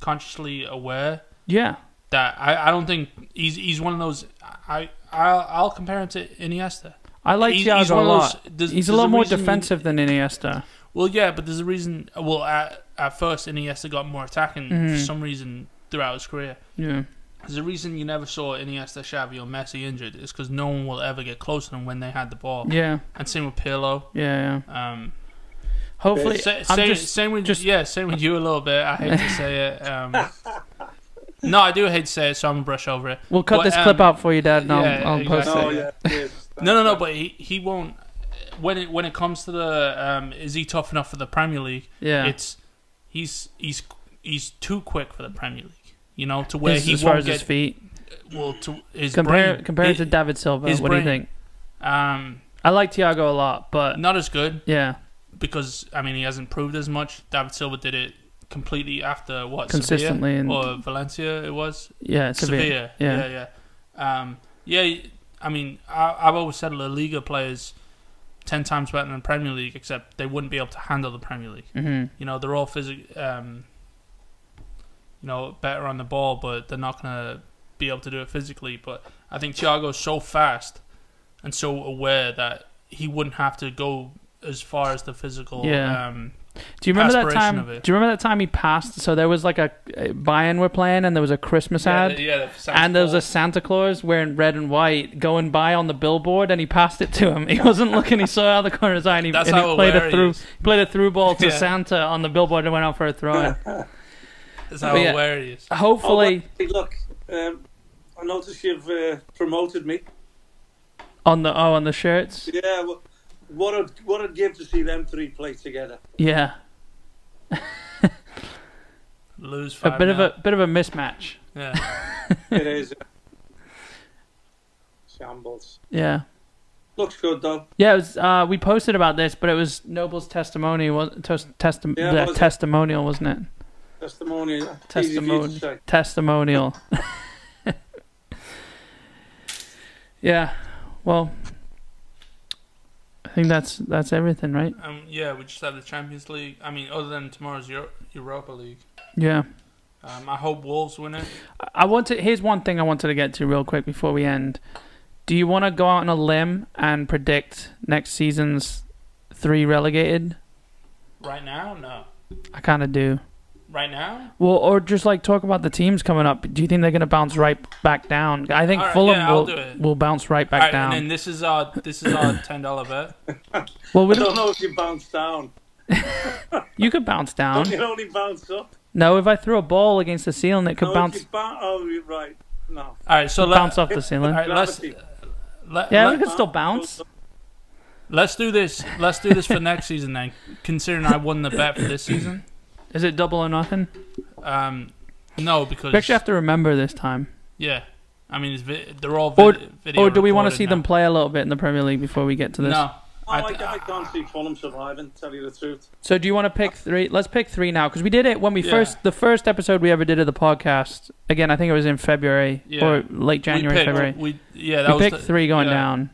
consciously aware yeah, that I, I don't think he's he's one of those. I I'll, I'll compare him to Iniesta. I like He's- Thiago he's a one of those- lot. there's- he's there's a a lot more reason- defensive than Iniesta. Well, yeah, but there's a reason. Well, at, at first Iniesta got more attacking for Mhm. some reason throughout his career. Yeah, There's a reason you never saw Iniesta, Xavi, or Messi injured. It's because no one will ever get close to them when they had the ball. yeah, And same with Pirlo. yeah. yeah. Um, Hopefully, Sa- I'm same, just same with just- yeah, same with you a little bit. I hate to say it. Um, no, I do hate to say it, so I'm gonna brush over it. We'll cut But, this um, clip out for you, Dad, and I'll, yeah, I'll post exactly. no, it. Oh, yeah, it is. No, no, no. But he, he won't. When it when it comes to the um, is he tough enough for the Premier League? Yeah, It's he's he's he's too quick for the Premier League. You know, to where as, he as far won't as his get feet. well to his Compare brain. compare it to His- David Silva. his What do you brain. think? um I like Thiago a lot, but not as good yeah, because I mean he hasn't proved as much. David Silva did it completely after what Sevilla? consistently and or Valencia it was. yeah, severe. Sevilla. yeah. yeah, yeah. Um, yeah. I mean, I, I've always said La Liga players ten times better than Premier League, except they wouldn't be able to handle the Premier League. Mm-hmm. You know, they're all physic, um, you know, better on the ball, but they're not gonna be able to do it physically. But I think Thiago's so fast and so aware that he wouldn't have to go as far as the physical. Yeah. Um, Do you remember that Aspiration time? of it. Do you remember that time he passed? So there was like a uh, Bayern were playing, and there was a Christmas yeah, ad. the- yeah, the sound and there was ball. a Santa Claus wearing red and white going by on the billboard, and he passed it to him. He wasn't looking; he saw it out of the corner of his eye, and he, That's and he how played aware a he through is. played a through ball to Yeah. Santa on the billboard and went out for a Oh, throw-in. That's how but yeah. aware he is. Hopefully, Oh, well, look, um, I noticed you've uh, promoted me. on the oh on the shirts, Yeah, well, what I'd what I'd give to see them three play together. yeah, Lose five. a bit of now. a bit of a mismatch, yeah. It is uh, shambles. yeah. Looks good though. Yeah, it was, uh, we posted about this, but it was Noble's testimony was tes- testi- Yeah, the was it? testimonial, wasn't it? Testimony. Testimony. Easy for you to say. Testimonial. yeah. Well, I think that's that's everything, right? Um, yeah, we just have the Champions League. I mean, other than tomorrow's Euro- Europa League. Yeah. Um, I hope Wolves win it. I- I want to. Here's one thing I wanted to get to real quick before we end. Do you want to go out on a limb and predict next season's three relegated? Right now, no. I kind of do. Right now, Well, or just like talk about the teams coming up. Do you think they're going to bounce right back down? I think All right, Fulham yeah, I'll do will, it. will bounce right back Alright, down. And then this is our this is our ten dollar bet. well, we I don't don't, know if you bounce down. you could bounce down. You can only bounce up. No, if I threw a ball against the ceiling, it could No, if bounce you boun- oh, you're right. No. All right, so let, bounce off the All ceiling. right, let's Gravity. Oh, let, Yeah, we let, could still bounce. let's do this. Let's do this for next season then. Considering I won the bet for this season. Is it double or nothing? Um, no, because We actually have to remember this time. yeah, I mean it's vi- they're all Or- vid- video. Or do we want to recorded see now. them play a little bit in the Premier League before we get to this? No, Oh, I I, th- I can't see Fulham surviving, tell you the truth. So do you want to pick three? Let's pick three now because we did it when we Yeah. first the first episode we ever did of the podcast. Again, I think it was in February Yeah. or late January, we picked, February. We yeah, that We was picked the- three going yeah. down,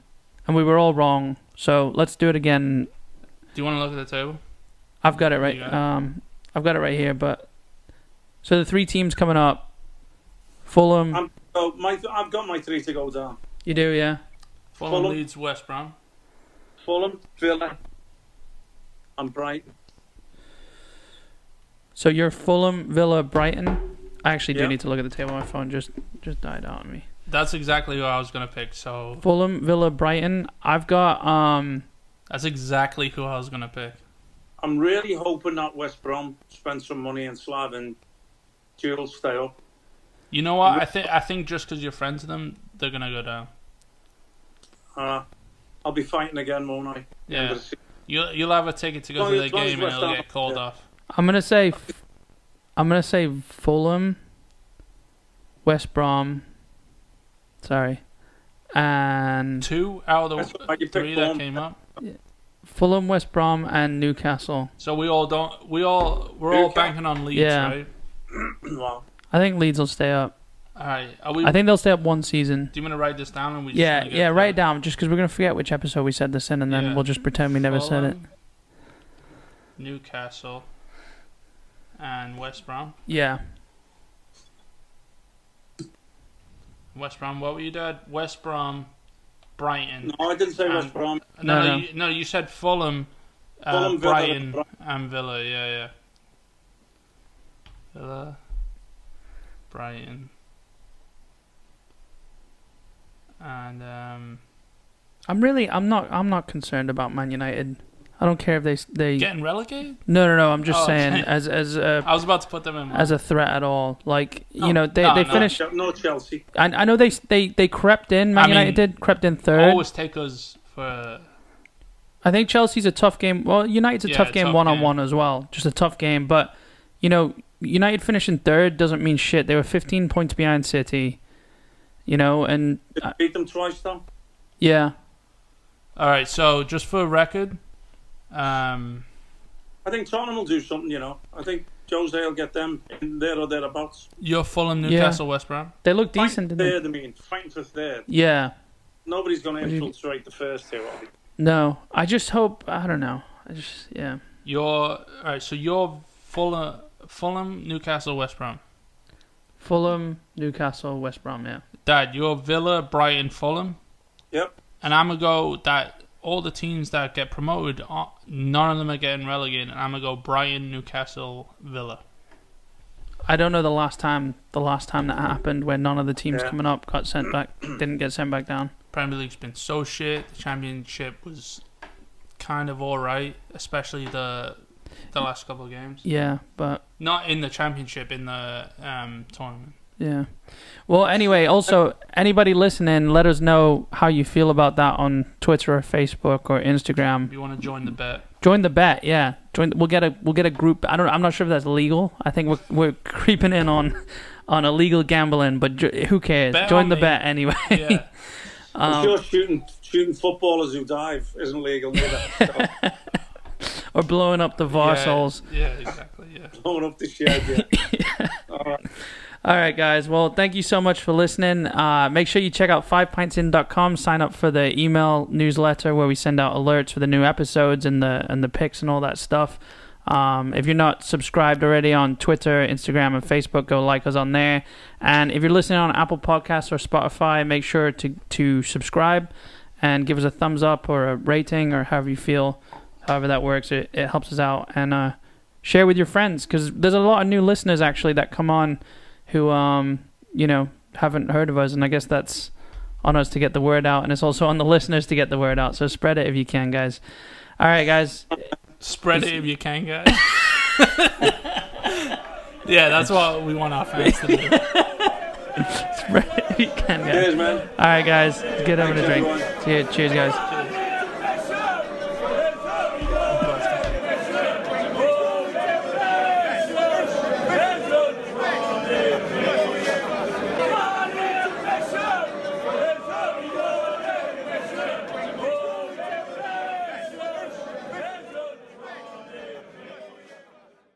and we were all wrong. So let's do it again. Do you want to look at the table? I've got it right. You got it. Um, I've got it right here. But so the three teams coming up: Fulham. I'm- So my th- I've got my three to go down. you do, yeah. Fulham, Fulham. leads West Brom. Fulham, Villa, and Brighton. So you're Fulham, Villa, Brighton. I actually do Yeah. need to look at the table. My phone just just died out on me. That's exactly who I was gonna pick. So Fulham, Villa, Brighton. I've got um. that's exactly who I was gonna pick. I'm really hoping that West Brom spend some money and Slaven Jules stay up. You know what? I think I think just because you're friends with them, they're gonna go down. Uh, I'll be fighting again, won't I? End Yeah, of the season. you'll you'll have a ticket to go Well, to as their long as game and West it'll Ham- get called yeah. off. I'm gonna say, I'm gonna say Fulham, West Brom. Sorry, and Two out of That's the why you three picked that Fulham. came up. Fulham, West Brom, and Newcastle. So we all don't. We all we're all Okay. banking on Leeds, Yeah. right? Well, I think Leeds will stay up. All right. Are we? I think they'll stay up one season. do you want to write this down and we? Just Yeah, gonna go yeah. through Write it down, just because we're gonna forget which episode we said this in, and then Yeah. we'll just pretend we never said it. Fulham, Newcastle and West Brom. Yeah. West Brom. What were you did? West Brom, Brighton. no, I didn't say Um, West Brom. No, No, no, no. You, no, you said Fulham, uh, Fulham, Villa, Brighton, Bro- and Villa. Yeah, yeah. Villa, Brighton, and um, I'm really, I'm not, I'm not concerned about Man United. I don't care if they, s- they. getting relegated. no, no, no. I'm just Oh, saying, okay. as as a I was about to put them in. as a threat at all. Like No, you know, they no, they no. finished. Che- no Chelsea. I, I know they they they crept in. Man I mean, United did crept in mine. third. always take us for. I think Chelsea's a tough game. Well, United's a Yeah, tough game tough one on one as well. Just a tough game, but you know, United finishing third doesn't mean shit. They were 15 points behind City. You know, and Did uh, beat them twice though. yeah, All right, so just for record, um, I think Tottenham will do something. You know, I think Jose will get them in there or thereabouts. you're Fulham, Yeah. Newcastle, West Brom. they look decent. Fighting Didn't they? third, I mean, fighting for third. Yeah. Nobody's going to What do you- infiltrate the first two. Are they? No, I just hope. I don't know. I just yeah. You're all right. So you're Fulham, Fulham, Newcastle, West Brom. Fulham, Newcastle, West Brom. Yeah. Dad, you're Villa, Brighton, Fulham, Yep. and I'm gonna go that all the teams that get promoted, uh, none of them are getting relegated, and I'm gonna go Brighton, Newcastle, Villa. I don't know the last time the last time that happened where none of the teams Yeah. coming up got sent back didn't get sent back down. Premier League's been so shit. The Championship was kind of alright, especially the the last couple of games. Yeah, but Not in the Championship, in the um, tournament. Yeah. Well, anyway, also anybody listening, let us know how you feel about that on Twitter or Facebook or If Instagram. you want to join the bet, Join the bet, yeah. Join. We'll get a we'll get a group. I don't. I'm not sure if that's legal. I think we're we're creeping in on on illegal gambling, but jo- who cares? Bet Join on the me. bet anyway. yeah. I'm sure shooting shooting footballers who dive isn't legal either. so or blowing up the VAR yeah, souls. Yeah, exactly. Yeah. blowing up the shed. Yeah. All right. All right, guys. Well, thank you so much for listening. Uh, make sure you check out fivepintsin.com. Sign up for the email newsletter where we send out alerts for the new episodes and the and the picks and all that stuff. Um, if you're not subscribed already on Twitter, Instagram, and Facebook, go like us on there. And if you're listening on Apple Podcasts or Spotify, make sure to to subscribe and give us a thumbs up or a rating or however you feel, however that works. It, it helps us out and uh, share with your friends because there's a lot of new listeners actually that come on who um you know haven't heard of us and i guess that's on us to get the word out and it's also on the listeners to get the word out so spread it if you can guys all right guys Spread it if you can, guys. yeah, that's what we want our fans to do. spread it if you can guys Cheers, man. all right guys get over Thanks, the drink everyone. cheers, cheers guys Cheers.